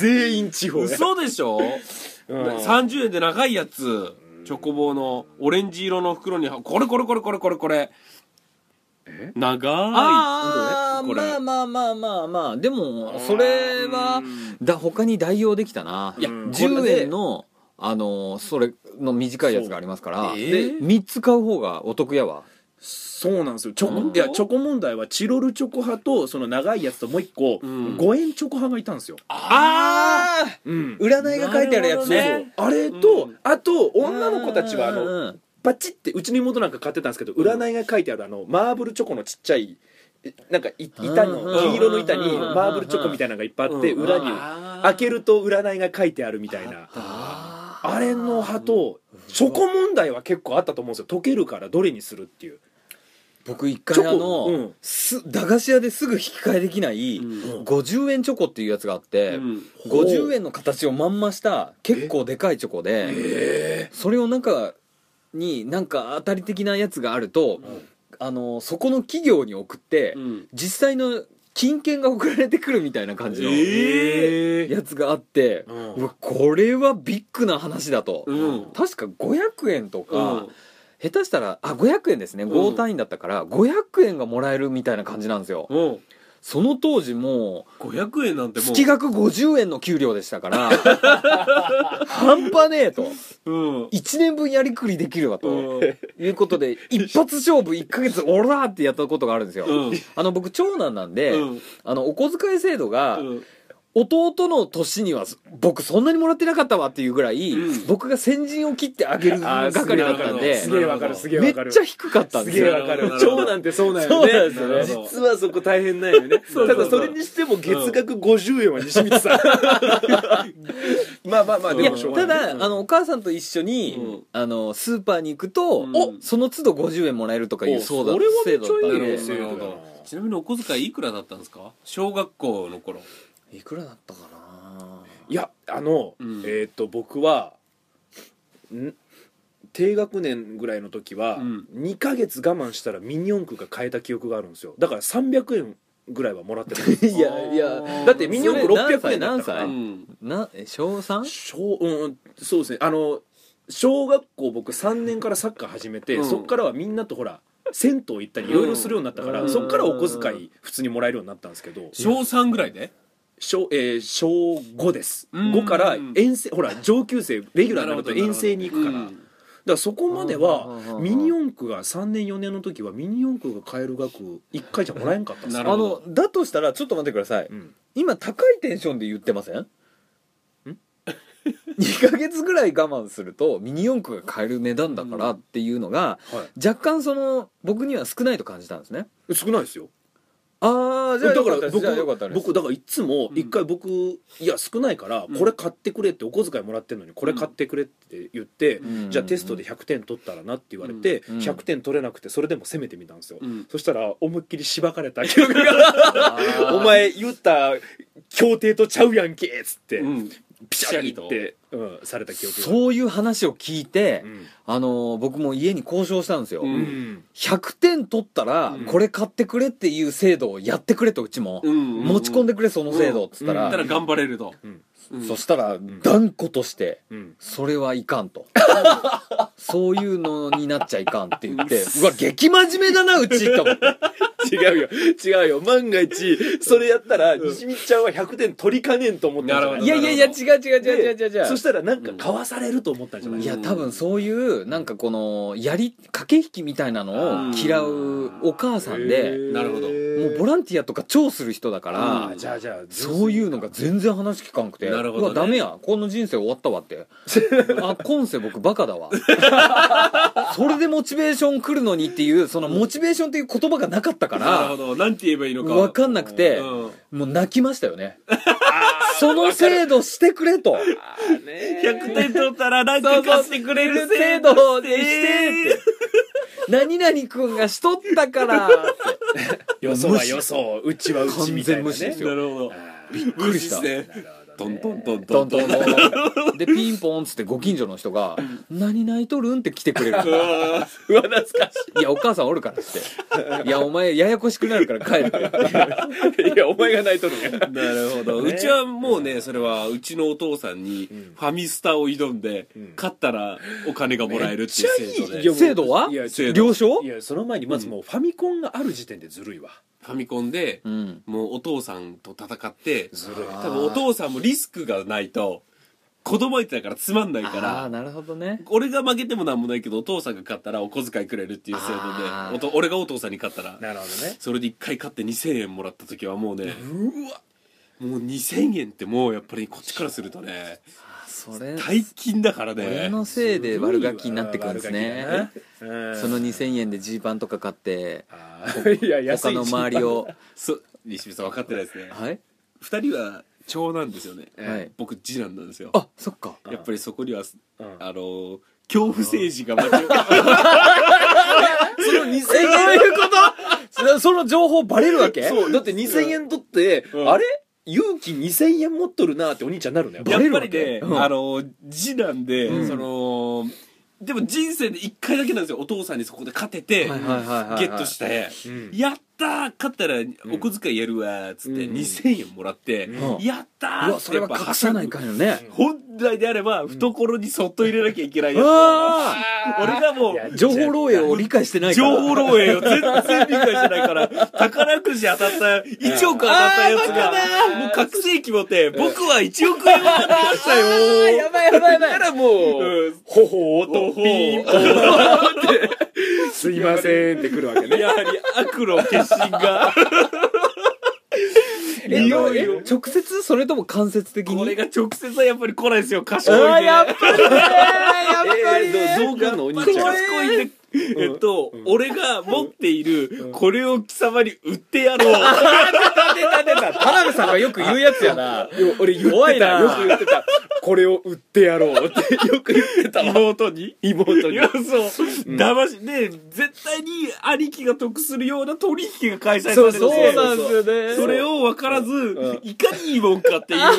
Speaker 3: 全員地方や
Speaker 1: 嘘でしょ
Speaker 3: うん
Speaker 1: 30円で長いやつチョコ棒のオレンジ色の袋にこれこれこれこれこれこれ
Speaker 3: え
Speaker 1: 長い
Speaker 2: ああ
Speaker 1: これ
Speaker 2: まあまあまあまあまあでもそれはだ他に代用できたな
Speaker 1: や
Speaker 3: うん
Speaker 2: 10円のあのーそれの短いやつがありますから、
Speaker 1: そう
Speaker 2: で
Speaker 1: えー
Speaker 2: 3つ買う方がお得やわ
Speaker 3: そうなんですよチョコ、
Speaker 1: うん
Speaker 3: いやチョコ問題はチロルチョコ派とその長いやつともう一個、
Speaker 1: うん
Speaker 3: 五円チョコ派がいたんですよ、
Speaker 1: あ
Speaker 3: うん
Speaker 2: 占いが書いてあるや
Speaker 1: ー
Speaker 2: つ
Speaker 3: そうそう
Speaker 1: ね
Speaker 3: あれと、
Speaker 1: うん
Speaker 3: あと女の子たちはあの、
Speaker 2: うんうん
Speaker 3: バチってうちの妹なんか買ってたんですけど占いが書いてあるあのマーブルチョコのちっちゃいえなんかい板
Speaker 2: うん
Speaker 3: の黄色の板に
Speaker 2: うん
Speaker 3: マーブルチョコみたいなのがいっぱいあって
Speaker 1: うん
Speaker 3: 裏に
Speaker 1: あー
Speaker 3: 開けると占いが書いてあるみたいな
Speaker 2: あー
Speaker 3: あれの派とチョコ問題は結構あったと思うんですよ溶けるからどれにするっていう
Speaker 2: 僕一回あ
Speaker 3: チョコう
Speaker 2: の
Speaker 3: ん
Speaker 2: す駄菓子屋ですぐ引き換えできない
Speaker 1: うん
Speaker 2: 50円チョコっていうやつがあって、
Speaker 1: うん
Speaker 2: 50円の形をまんました結構でかいチョコでそれを中になんか当たり的なやつがあると、あのそこの企業に送って、
Speaker 1: うん
Speaker 2: 実際の金券が送られてくるみたいな感じの
Speaker 1: え
Speaker 2: やつがあって、
Speaker 3: うん
Speaker 2: うわこれはビッグな話だと、
Speaker 1: うん
Speaker 2: 確か500円とか、
Speaker 1: うん
Speaker 2: 下手したらあ500円ですね
Speaker 1: ん
Speaker 2: 5単位だったから500円がもらえるみたいな感じなんですよ、
Speaker 1: うん
Speaker 2: その当時もう
Speaker 1: 500円なんてもう
Speaker 2: 月額50円の給料でしたから
Speaker 1: [LAUGHS]
Speaker 2: 半端ねえと
Speaker 1: うん
Speaker 2: 1年分やりくりできるわと、
Speaker 1: うん
Speaker 2: いうことで一発勝負1ヶ月オラーってやったことがあるんですよ、
Speaker 1: うん
Speaker 2: あの僕長男なんで、
Speaker 1: うん
Speaker 2: あのお小遣い制度が
Speaker 1: うん
Speaker 2: 弟の年には僕そんなにもらってなかったわっていうぐらい、
Speaker 1: うん
Speaker 2: 僕が先陣を切ってあげる係
Speaker 3: すげえ
Speaker 2: だ
Speaker 3: わ
Speaker 2: っ
Speaker 3: か
Speaker 2: た
Speaker 3: る
Speaker 2: ん
Speaker 1: なるほ
Speaker 2: で
Speaker 1: ど
Speaker 3: すげえわかるすげえ
Speaker 2: め
Speaker 3: わ
Speaker 2: っ
Speaker 3: かる
Speaker 2: ちゃ低かったん
Speaker 3: す
Speaker 2: です
Speaker 3: げえ
Speaker 2: よ
Speaker 3: わか
Speaker 1: なる
Speaker 3: る
Speaker 1: ほど
Speaker 3: 長男ってそうなん
Speaker 2: そうな
Speaker 3: よ
Speaker 2: ん
Speaker 3: ね
Speaker 2: ですよ
Speaker 1: ね
Speaker 3: 実はそこ大変なんよね
Speaker 1: そうそうそう
Speaker 3: ただそれにしても月額50円は西光さんまあまあまあ
Speaker 2: い
Speaker 3: で
Speaker 2: や
Speaker 3: もしょう
Speaker 2: た
Speaker 3: がない
Speaker 2: だ、あのお母さんと一緒に、
Speaker 1: うん
Speaker 2: あのスーパーに行くと、
Speaker 1: うん
Speaker 2: おその都度50円もらえるとかいう
Speaker 3: お
Speaker 2: そうだ
Speaker 3: それはめ
Speaker 2: 制
Speaker 3: っ
Speaker 2: 度
Speaker 3: ち
Speaker 2: だった
Speaker 3: ゃいい
Speaker 2: ん
Speaker 3: ね
Speaker 2: で
Speaker 3: 制度だな
Speaker 1: ちなみにお小遣いいくらだったんですか小学校の頃
Speaker 2: いくらだったかない
Speaker 3: やあの、
Speaker 1: うん
Speaker 3: えーっと僕はん低学年ぐらいの時は、
Speaker 1: うん
Speaker 3: 2ヶ月我慢したらミニ四駆が買えた記憶があるんですよだから300円ぐらいはもらってたい
Speaker 1: やいや
Speaker 3: だってミニ四駆
Speaker 2: それ
Speaker 3: 600円だっ
Speaker 2: 何
Speaker 3: たか
Speaker 2: 歳何歳
Speaker 3: ら
Speaker 1: うん
Speaker 2: なえ小 3?
Speaker 3: 小うんうんそうですねあの小学校僕3年からサッカー始めて、
Speaker 1: うん
Speaker 3: そっからはみんなとほら銭湯行ったりいろいろするようになったから、
Speaker 1: うん
Speaker 3: そっからお小遣い普通にもらえるようになったんですけど
Speaker 1: 小3ぐらいで
Speaker 3: 小,、えー小5です、
Speaker 1: うん
Speaker 3: 5から遠征ほら上級生レギュラーになると
Speaker 1: なるほど
Speaker 3: 遠征に行くから、だからそこまで
Speaker 2: うんうんうん
Speaker 3: は
Speaker 2: うん
Speaker 3: ミニ四駆が3年4年の時はミニ四駆が買える額1回じゃもらえんかったんです
Speaker 1: な
Speaker 3: よ
Speaker 1: る
Speaker 2: あ
Speaker 1: ほど
Speaker 2: のだとしたらちょっと待ってください
Speaker 3: うん
Speaker 2: 今高いテンションで言ってません [LAUGHS] ん2ヶ月ぐらい我慢するとミニ四駆が買える値段だからっていうのが
Speaker 3: は
Speaker 2: 若干その僕には少ないと感じたんですね
Speaker 3: い、少ないですよ
Speaker 2: ああじゃあ
Speaker 3: だ
Speaker 2: よ
Speaker 3: か
Speaker 2: からったです
Speaker 3: 僕
Speaker 2: じゃあよかったです
Speaker 3: 僕だからいつも一回僕、いや少ないから
Speaker 1: うん
Speaker 3: これ買ってくれってお小遣いもらってるのにこれ買ってくれって言って、
Speaker 2: うん
Speaker 3: じゃあテストで100点取ったらなって言われて、
Speaker 2: うん
Speaker 3: 100点取れなくてそれでも攻めてみたんですよ、
Speaker 1: うん
Speaker 3: そしたら思いっきりしばかれた記憶が「 [LAUGHS] お前言った協定とちゃうやんけ」っつって、
Speaker 1: うん
Speaker 3: ピシャリって、うん、された記憶が
Speaker 2: そういう話を聞いて、
Speaker 3: うん
Speaker 2: あのー僕も家に交渉したんですよ、
Speaker 1: う
Speaker 3: うんん
Speaker 2: 100点取ったら
Speaker 3: うん
Speaker 2: これ買ってくれっていう制度をやってくれとうちも、
Speaker 1: うん
Speaker 2: 持ち込んでくれその制
Speaker 1: う
Speaker 2: 度っつった
Speaker 1: だ
Speaker 2: ら、
Speaker 1: ったら頑張れると
Speaker 3: うん
Speaker 1: うん
Speaker 2: そしたら断固として
Speaker 3: うん
Speaker 2: それはいか [LAUGHS] んとそういうのになっちゃいかんって言ってうわ激真面目だなうちと思って
Speaker 3: 違うよ違うよ万が一それやったら西見ちゃんは100点取りかねんと思ったんじゃ
Speaker 1: なるほ
Speaker 3: な
Speaker 1: ど
Speaker 3: い
Speaker 2: いやいやいや違う違う違う違う違う違う
Speaker 3: そしたらなんか買わされると思ったんじゃない
Speaker 2: いや多分そういうなんかこのやり駆け引きみたいなのを嫌うお母さんで
Speaker 1: なるほど
Speaker 2: もうボランティアとか超する人だか
Speaker 1: う
Speaker 2: ら
Speaker 3: あじゃあじゃあ
Speaker 2: そういうのが全然話聞かんくて
Speaker 1: なるほどね
Speaker 2: うわダメやこの人生終わったわって
Speaker 1: [LAUGHS]
Speaker 2: あ今世僕バカだわそれでモチベーション来るのにっていうそのモチベーションっていう言葉がなかったか
Speaker 1: なる
Speaker 2: ら
Speaker 1: ほどなんて言えばいいのか
Speaker 2: 分かんなくて
Speaker 1: うん
Speaker 2: もう泣きましたよねその制度してくれと
Speaker 1: 100点取ったらなんか貸してくれる制度
Speaker 2: をしてって何々くんがしとったからって
Speaker 3: よそはよそうちはうちみたい
Speaker 2: 完全
Speaker 3: なね
Speaker 2: 無視ですよ
Speaker 1: なるほど
Speaker 3: びっ
Speaker 1: 無
Speaker 2: く
Speaker 1: 視
Speaker 2: りした
Speaker 1: してトントントント
Speaker 2: ト
Speaker 1: ン
Speaker 2: ント
Speaker 1: トン
Speaker 2: ントン [LAUGHS] でピンポンっつってご近所の人が「何泣いとるん?」って来てくれる
Speaker 1: うわー
Speaker 3: うわ懐か
Speaker 2: いやお母さんおるからっていやお前ややこしくなるから帰って
Speaker 3: し [LAUGHS] いいやお前が泣いとるんや
Speaker 1: なるほど、
Speaker 3: ね
Speaker 1: うちはもうねそれはうちのお父さんにファミスタを挑んで、
Speaker 3: うん
Speaker 1: 勝ったらお金がもらえるっていう制度で
Speaker 3: めっちゃいいよ
Speaker 2: 制度はい
Speaker 3: や
Speaker 1: 制度
Speaker 2: 了承
Speaker 3: いやその前にまずもうファミコンがある時点でずるいわ
Speaker 1: ファミコンで、
Speaker 2: うん
Speaker 1: もうお父さんと戦って
Speaker 3: ずるい
Speaker 1: 多分お父さんもリスクがないと子供相手だからつまんないか
Speaker 2: ああ
Speaker 1: ら
Speaker 2: なるほどね
Speaker 1: 俺が負けてもなんもないけどお父さんが勝ったらお小遣いくれるっていう制
Speaker 2: あー
Speaker 1: 度でおと俺がお父さんに勝ったら
Speaker 3: なるほどね
Speaker 1: それで1回勝って2000円もらった時はもうねもう2000円ってもうやっぱりこっちからするとね
Speaker 2: それ
Speaker 1: 大金だからね
Speaker 2: 俺のせいで悪ガキになってくるんですね
Speaker 3: 悪ガキだなうん
Speaker 2: その2000円でジーパンとか買って
Speaker 3: あー [LAUGHS] いや安
Speaker 2: 他
Speaker 3: い
Speaker 2: の周りを
Speaker 1: そ西見さん分かってないですね
Speaker 2: はい
Speaker 1: 二人は長男ですよね、
Speaker 2: はい
Speaker 1: 僕次男なんですよ
Speaker 2: あそっか
Speaker 1: やっぱりそこには
Speaker 3: うん
Speaker 1: あのー恐怖政治が待ち受けて [LAUGHS]
Speaker 2: その2000円どういうことそその情報バレるわけ
Speaker 3: そうだって2000円取って、
Speaker 1: うん
Speaker 3: あれ勇気2000円持っとるなってお兄ちゃんなるのよ
Speaker 2: い
Speaker 1: や
Speaker 2: バ
Speaker 1: っ
Speaker 2: レる
Speaker 1: ぱ
Speaker 2: わ
Speaker 1: り
Speaker 2: け
Speaker 1: ね、
Speaker 2: うん
Speaker 1: あのー次男で、
Speaker 2: うん
Speaker 1: そのでも人生で一回だけなんですよお父さんにそこで勝てて、
Speaker 2: はいはいはいはいはい
Speaker 1: ゲットして、
Speaker 3: うん
Speaker 1: やったー勝ったらお小遣いやるわーっつって、
Speaker 3: うん
Speaker 1: 2000円もらって、
Speaker 2: うん
Speaker 1: やった
Speaker 2: うわ
Speaker 1: ーっつっ
Speaker 2: そ
Speaker 1: て
Speaker 2: れ
Speaker 1: やっ
Speaker 2: は
Speaker 1: ぱ
Speaker 2: 隠さないかんよね
Speaker 1: 本来であれば懐にそっと入れなきゃいけないやつを
Speaker 2: あ
Speaker 1: 俺がもう
Speaker 2: あ情報漏洩を理解してないから
Speaker 1: 情報漏洩を全然理解してないから、宝くじ当たった、1億当たったやつ
Speaker 2: あーバカ
Speaker 1: が、もう覚醒器持って、僕は1億円を当たりましたよ
Speaker 2: あーやばいやばいやばい
Speaker 3: らもう、
Speaker 1: うん
Speaker 3: ほほー
Speaker 1: ほ
Speaker 3: と
Speaker 1: ほー
Speaker 3: ピーンポーンってすいませんってくるわ [LAUGHS] けね
Speaker 1: やはり悪の化身が、
Speaker 2: え
Speaker 3: いよい
Speaker 2: え
Speaker 3: よ
Speaker 2: 直接それとも間接的に
Speaker 1: これが直接はやっぱり来ないですよ、
Speaker 2: あ
Speaker 1: 賢い
Speaker 2: ー
Speaker 1: で。
Speaker 2: やっぱりねや
Speaker 3: えー
Speaker 2: っ
Speaker 3: どうどうかのお兄
Speaker 1: 賢
Speaker 3: ちゃん
Speaker 1: いで。えっと、俺が持っている、これを貴様に売ってや
Speaker 2: [LAUGHS]
Speaker 1: ろう。
Speaker 2: ぱり出た出た田辺さんがよく言うやつやな
Speaker 3: よ俺言っ
Speaker 2: 怖
Speaker 3: て
Speaker 2: い
Speaker 3: た
Speaker 2: な
Speaker 3: よく言ってたこれを売ってやろうってよく言ってたわ
Speaker 1: 妹に。
Speaker 3: 妹
Speaker 1: い
Speaker 3: に
Speaker 1: や、そう。騙し、で、絶対に兄貴が得するような取引が開催される
Speaker 2: そ
Speaker 1: ん
Speaker 2: う
Speaker 1: です
Speaker 2: そ
Speaker 1: よ
Speaker 2: うなんですよね
Speaker 1: それを分からず、
Speaker 3: ん
Speaker 1: いかにいいもんかっていうのを、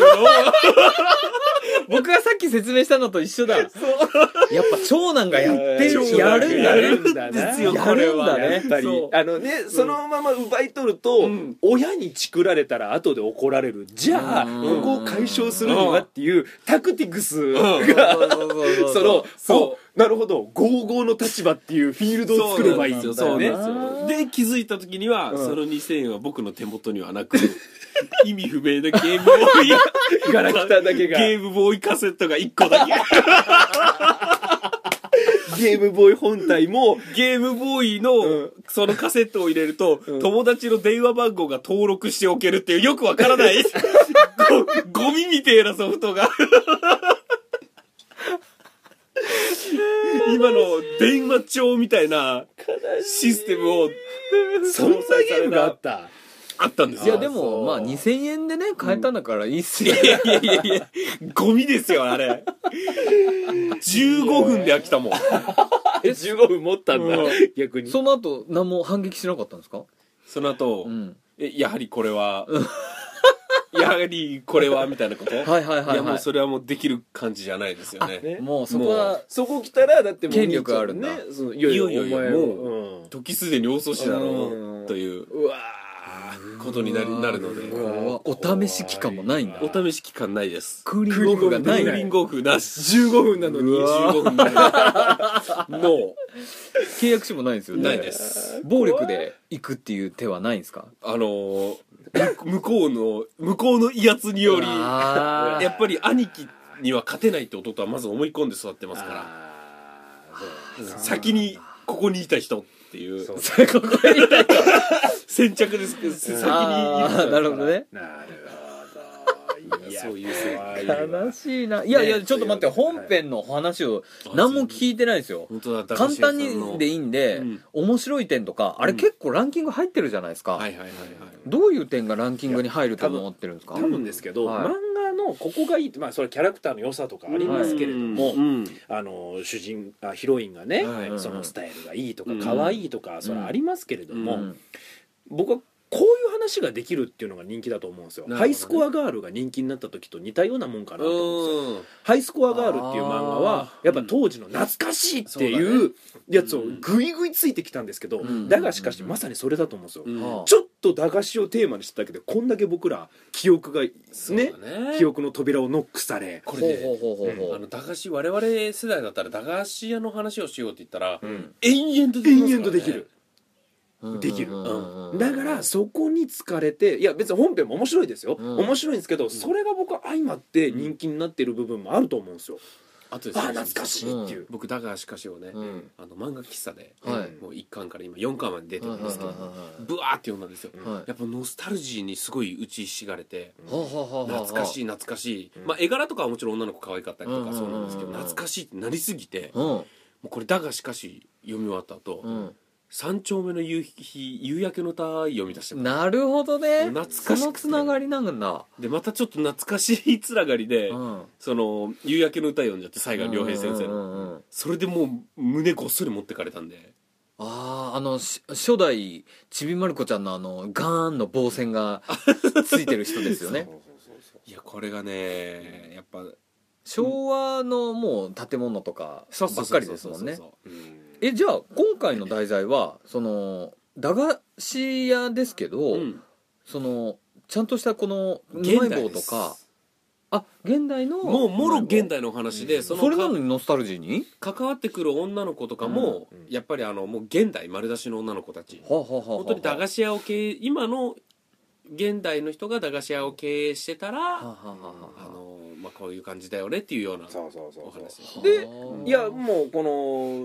Speaker 2: 僕がさっき説明したのと一緒だやっぱ長男がやってるやるんだね
Speaker 1: ね
Speaker 3: だです
Speaker 1: よ
Speaker 3: よ
Speaker 1: これは
Speaker 3: やっぱり
Speaker 1: そう
Speaker 3: あのねそのまま奪い取ると、
Speaker 1: ん
Speaker 3: 親にチクられたら後で怒られるじゃあ
Speaker 2: うん
Speaker 3: ここを解消するにはっていうタクティクス
Speaker 1: うん
Speaker 3: [LAUGHS] その
Speaker 1: そう
Speaker 3: おなるほど合々の立場っていうフィールドを作ればいいんだよね
Speaker 1: そう
Speaker 2: そうなん
Speaker 1: なんですよで気づいた時には、
Speaker 3: うん
Speaker 1: その2000円は僕の手元にはなく意味不明なゲームボーイ
Speaker 3: ガラクタだけが
Speaker 1: ゲームボーイカセットが1個だけ
Speaker 3: ゲームボーイ本体 [LAUGHS] も
Speaker 1: ゲームボーイの、
Speaker 3: うん
Speaker 1: そのカセットを入れると、
Speaker 3: うん
Speaker 1: 友達の電話番号が登録しておけるっていうよくわからない [LAUGHS] ごゴミみてえなソフ
Speaker 3: [LAUGHS]
Speaker 1: トが今の電話帳みたいなシステムを
Speaker 3: そんなゲームがあった [LAUGHS]
Speaker 1: あったんです
Speaker 2: い
Speaker 1: よ
Speaker 2: やでもまあ2000円でね買えたんだからいいっすよ
Speaker 1: いやいやいやいやゴミですよあ
Speaker 3: [LAUGHS]
Speaker 1: れ15分で飽きたもん
Speaker 3: [LAUGHS] 15分持ったんだ
Speaker 1: うん
Speaker 3: 逆に
Speaker 2: その後何も反撃しなかったんですか
Speaker 1: その後、
Speaker 2: うん
Speaker 1: えやはりこれは [LAUGHS] やはりこれはみたいなこと
Speaker 2: はいはいはい
Speaker 1: やも
Speaker 2: は
Speaker 1: う
Speaker 2: い
Speaker 1: それはもうできる感じじゃないですよね
Speaker 3: ね
Speaker 2: もうそこは
Speaker 3: そこ来たらだってもう
Speaker 2: 権力あるんだ
Speaker 3: ねそのいやい
Speaker 1: いや
Speaker 3: や
Speaker 1: いや
Speaker 3: お前
Speaker 1: も
Speaker 3: も
Speaker 1: う
Speaker 3: う、うん
Speaker 1: 時すでに遅しだろ
Speaker 3: う
Speaker 1: うんという
Speaker 3: うわ
Speaker 1: ことになりなるので
Speaker 2: これはお試し期間もないんだ
Speaker 1: お試し期間ないです
Speaker 2: クーリングオフがな
Speaker 1: ク
Speaker 2: い
Speaker 1: ーリングオフなし
Speaker 3: ー15分なのに
Speaker 1: 15分 [LAUGHS] ないも
Speaker 2: 契約書もないんですよ
Speaker 1: う
Speaker 2: ね
Speaker 1: ないです
Speaker 2: 暴力で行くっていう手はないんですか
Speaker 1: あのーむ向こうの向こうの威圧によりや
Speaker 2: あー
Speaker 1: っぱり兄貴には勝てないって弟はまず思い込んで育ってますか
Speaker 3: あー
Speaker 1: ら
Speaker 3: そう
Speaker 1: 先にここにいた人っていう
Speaker 3: そう
Speaker 2: それここに
Speaker 1: 先着ですけど先に
Speaker 2: あーなるほどね
Speaker 3: なるほどいや
Speaker 1: そういう世界
Speaker 3: 怖いわ
Speaker 2: 悲しいないやいや
Speaker 3: ね
Speaker 2: ちょっと待って
Speaker 3: そういう
Speaker 2: 本編の話を何も聞いてないですよ
Speaker 1: 本当だ
Speaker 2: 簡単にでい
Speaker 1: い
Speaker 2: いんで
Speaker 1: うん
Speaker 2: 面白い点とかあれ結構ランキング入ってるじゃないですか
Speaker 1: はいはいはいはい
Speaker 2: どういう点がランキングに入ると思ってるんですか
Speaker 3: 多分ですけど、
Speaker 2: はい
Speaker 3: 漫画のここがいいってまあそれはキャラクターの良さとかありますけれども、
Speaker 1: うん
Speaker 3: あの主人あヒロインがね、
Speaker 1: はい
Speaker 3: そのスタイルがいいとか
Speaker 1: うん
Speaker 3: 可愛いとか、それはありますけれども、
Speaker 1: うん
Speaker 3: 僕はこういう話ができるっていうのが人気だと思うんですよ、
Speaker 1: なるほどね
Speaker 3: ハイスコアガールが人気になった時と似たようなもんかなと思うんですよハイスコアガールっていう漫画は
Speaker 1: あー
Speaker 3: やっぱ当時の懐かしいって
Speaker 1: そうだ
Speaker 3: いうやつをグイグイついてきたんですけど、
Speaker 2: うん
Speaker 3: だがしかしまさにそれだと思うんですよ、
Speaker 1: うん
Speaker 2: はあ
Speaker 3: ちょっと駄菓子をテーマにしてただけでこんだけ僕ら記憶がね
Speaker 1: そうだね
Speaker 3: 記憶の扉をノックされ
Speaker 1: これ
Speaker 2: ほう
Speaker 1: で
Speaker 2: ほうほうほうほ
Speaker 1: あ
Speaker 2: う
Speaker 1: の駄菓子我々世代だったら駄菓子屋の話をしようって言ったら、
Speaker 3: ん
Speaker 1: 延々とできますからね
Speaker 3: 延々とできる、
Speaker 2: うん
Speaker 3: できる、
Speaker 2: うんうんうん
Speaker 3: だからそこに疲れていや別に本編も面白いですよ、
Speaker 2: うん
Speaker 3: 面白いんですけどそれが僕は相まって人気になってる部分もあると思うんですよ、
Speaker 1: あとで
Speaker 3: あ
Speaker 1: すね
Speaker 3: あ懐かしいっていう、
Speaker 1: 僕だがしかしをね、
Speaker 2: うん
Speaker 1: あの漫画喫茶で、
Speaker 2: はい
Speaker 1: もう1巻から今4巻まで出てるんですけど、
Speaker 2: はいはいはいはい
Speaker 1: ブワーって読んだんですよ、
Speaker 2: はい
Speaker 1: やっぱノスタルジーにすごい打ちひしがれて、
Speaker 2: はあはあはあはあ
Speaker 1: 懐かしい懐かしい、
Speaker 3: うん
Speaker 1: まあ絵柄とかはもちろん女の子可愛かったりとか
Speaker 2: うんうんうん
Speaker 1: そ
Speaker 2: うん
Speaker 1: うなんですけど、懐かしいってなりすぎて、
Speaker 2: う
Speaker 1: も
Speaker 2: ん
Speaker 1: うこれだがしかし読み終わった後、
Speaker 2: うん
Speaker 1: 三丁目の夕日夕焼けの太陽読み出してます
Speaker 2: なるほどね
Speaker 1: 懐かし
Speaker 2: そ
Speaker 1: くて
Speaker 2: のつながりなんだ
Speaker 1: でまたちょっと懐かしいつながりで、
Speaker 2: うん
Speaker 1: その夕焼けの歌読んじゃって西岸良平先生の、
Speaker 2: うんうんうんうん
Speaker 1: それでもう胸ごっそり持ってかれたんで
Speaker 2: あああのし初代ちびまる子ちゃんのあのガーンの棒線
Speaker 1: [LAUGHS]
Speaker 2: がついてる人ですよね
Speaker 1: いやこれがねやっぱ
Speaker 2: 昭和のもう建物とかばっかりですもんね
Speaker 1: そう
Speaker 3: うん
Speaker 2: えじゃあ今回の題材はその駄菓子屋ですけど、
Speaker 1: そうそううん
Speaker 2: そのちゃんとしたこのうま
Speaker 1: 現
Speaker 2: い
Speaker 1: 代
Speaker 2: 棒
Speaker 1: で
Speaker 2: と
Speaker 1: す
Speaker 2: かあ現代の
Speaker 1: もうもろ現
Speaker 2: 代
Speaker 1: 代のお話で、そ
Speaker 2: そ
Speaker 1: の
Speaker 2: れなのにノスタルジーに
Speaker 1: か関わってくる女の子とかも、
Speaker 3: うん
Speaker 1: やっぱりあのもう現代丸出しの女の子たち
Speaker 2: はあはあはあはあ
Speaker 1: 本当に駄菓子屋を経営今の現代の人が駄菓子屋を経営してたら、
Speaker 2: はあはあはあ
Speaker 1: あ
Speaker 2: は
Speaker 1: のまあ、こういう感じだよねっていうような
Speaker 3: そうそうそう
Speaker 1: お話
Speaker 3: そう
Speaker 1: で
Speaker 2: あ
Speaker 1: す
Speaker 3: で
Speaker 2: はあ
Speaker 3: いやもうこの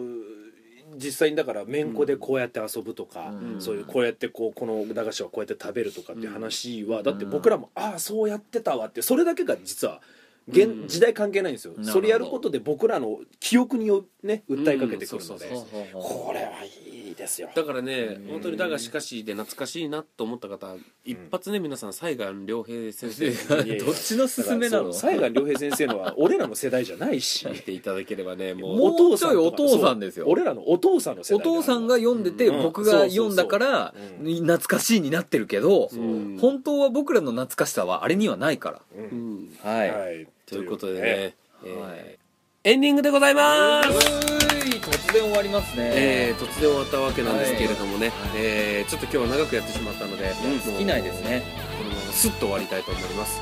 Speaker 3: 実際にだからめんこでこうやって遊ぶとか、
Speaker 2: うん
Speaker 3: そういうこうやってこうこの駄菓子はこうやって食べるとかっていう話は、だって
Speaker 2: うん
Speaker 3: 僕らもああそうやってたわってそれだけが実は現、
Speaker 1: うん
Speaker 3: 時代関係ないんですよ
Speaker 2: なるほど
Speaker 3: それやることで僕らの記憶によね訴えかけてくるので、
Speaker 1: うんそうそう
Speaker 2: はあはあ
Speaker 3: これはいいですよ
Speaker 1: だからね
Speaker 3: うん
Speaker 1: 本当にだがしかしで懐かしいなと思った方一発ね皆さん西岸良平先生
Speaker 3: [LAUGHS] いやいや
Speaker 2: どっちの勧めなの
Speaker 3: 西岸良平先生のは俺らの世代じゃないし
Speaker 1: 見ていただければねもう
Speaker 2: もう
Speaker 3: 父さん
Speaker 2: ちょい
Speaker 3: と
Speaker 2: お
Speaker 3: か
Speaker 2: 父さんですよ
Speaker 3: そう俺らのお父さんの世
Speaker 2: お
Speaker 3: 代だから
Speaker 2: 父さんが読んでて、
Speaker 1: うん
Speaker 2: 僕
Speaker 3: そう
Speaker 2: が
Speaker 3: そうそう
Speaker 2: 読んだから、
Speaker 3: う
Speaker 2: 懐かしいになってるけど、
Speaker 1: うん
Speaker 2: 本当は僕らの懐かしさはあれにはないから、
Speaker 3: うん
Speaker 1: うん
Speaker 2: は
Speaker 3: はい
Speaker 1: ということで
Speaker 5: という
Speaker 1: ね、えー
Speaker 2: はい
Speaker 1: エンディングでございます
Speaker 2: 突然終わりますね、
Speaker 1: えー、突然終わったわけなんですけれどもね、えーちょっと今日は長くやってしまったので、
Speaker 5: うん
Speaker 1: もう
Speaker 2: 尽きないですね、
Speaker 1: このまますっと終わりたいと思います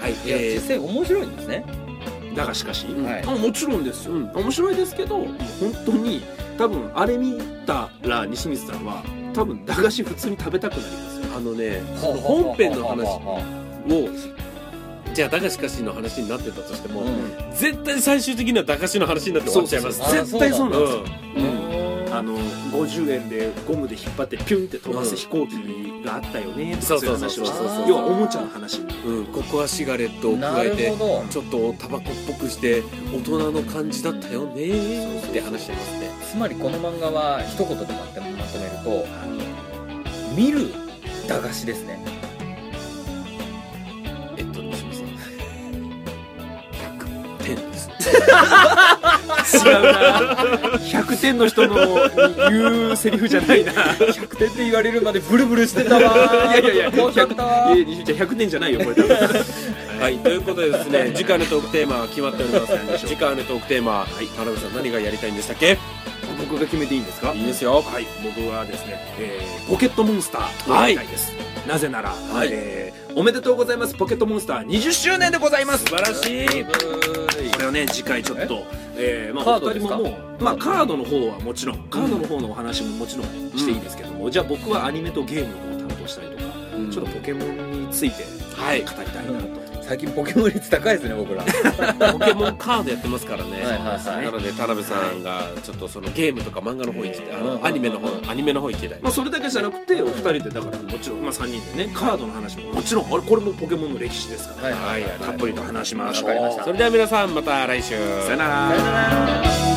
Speaker 1: はい
Speaker 2: いや
Speaker 1: えー
Speaker 2: 実際面白いんですね
Speaker 1: だがしかし、
Speaker 2: はい
Speaker 1: あもちろんですよ、うん面白いですけど本当に多分あれ見たら西水さんは多分駄菓子普通に食べたくなりますよあのね本編の話をじゃあ駄菓子かしの話になってたとしても、
Speaker 2: うん
Speaker 1: 絶対最終的には駄菓子の話になって終わっちゃいます
Speaker 2: そうそうそう
Speaker 1: 絶対そうなんですよ、
Speaker 2: うん
Speaker 3: あの50円でゴムで引っ張ってピュンって飛ばす飛行機があったよねとかそういう話をして
Speaker 2: そうそうそう
Speaker 3: 要はおもちゃの話
Speaker 1: うんうんここはシガレットを
Speaker 2: な
Speaker 1: 加え
Speaker 2: る
Speaker 1: て
Speaker 2: ほど
Speaker 1: ちょっとタバコっぽくして大人の感じだったよねーって話してますね
Speaker 2: つまりこの漫画は一言でまとめまとめると見る駄菓子ですね
Speaker 1: えっと西水さん100点です
Speaker 3: 違うな100点の人の言うセリフじゃないな
Speaker 2: 100点って言われるまでブルブルしてたわ
Speaker 3: いやいやいや
Speaker 2: 怖かったわ
Speaker 3: えじゃあ100点じゃないよこれ多分
Speaker 1: はい、ということでですね、次回のトークテーマは決まっております。次回のトークテーマ、はい、田辺さん何がやりたいんでしたっけ？
Speaker 3: 僕が決めていいんですか
Speaker 1: いいですよ。
Speaker 3: はい、僕はですね、えーポケットモンスター
Speaker 1: はい
Speaker 3: やりたいです、なぜなら、
Speaker 1: はい
Speaker 3: えーおめでとうございますポケットモンスター20周年でございます
Speaker 1: 素晴らしい。
Speaker 3: これをね次回ちょっとえーま
Speaker 2: カ
Speaker 3: あ
Speaker 2: ー
Speaker 3: お
Speaker 2: ド
Speaker 3: 二
Speaker 2: で
Speaker 3: 人
Speaker 2: すか
Speaker 3: ももうまあカードの方はもちろんカードの方のお話ももちろんしていいですけども、じゃあ僕はアニメとゲームを担当したりとか、ちょっとポケモンについて
Speaker 1: はい
Speaker 3: 語りたいなと、
Speaker 2: 最近ポケモン率高いですね僕ら
Speaker 1: ポケモンカードやってますからね。
Speaker 2: はいはいはい
Speaker 1: なので田辺さんがちょっとそのゲームとか漫画の方行きたい、あ
Speaker 2: うん
Speaker 1: のアニメの方アニメの方行きたい。
Speaker 3: まあ、それだけじゃなくてお二人でだからもちろん、まあ、3人でねカードの話ももちろんあれこれもポケモンの歴史ですから、
Speaker 2: はい
Speaker 1: はいはい
Speaker 3: たっぷりと話しましょう
Speaker 2: わかりました
Speaker 1: それでは皆さんまた来週。
Speaker 3: さよなら
Speaker 2: さよなら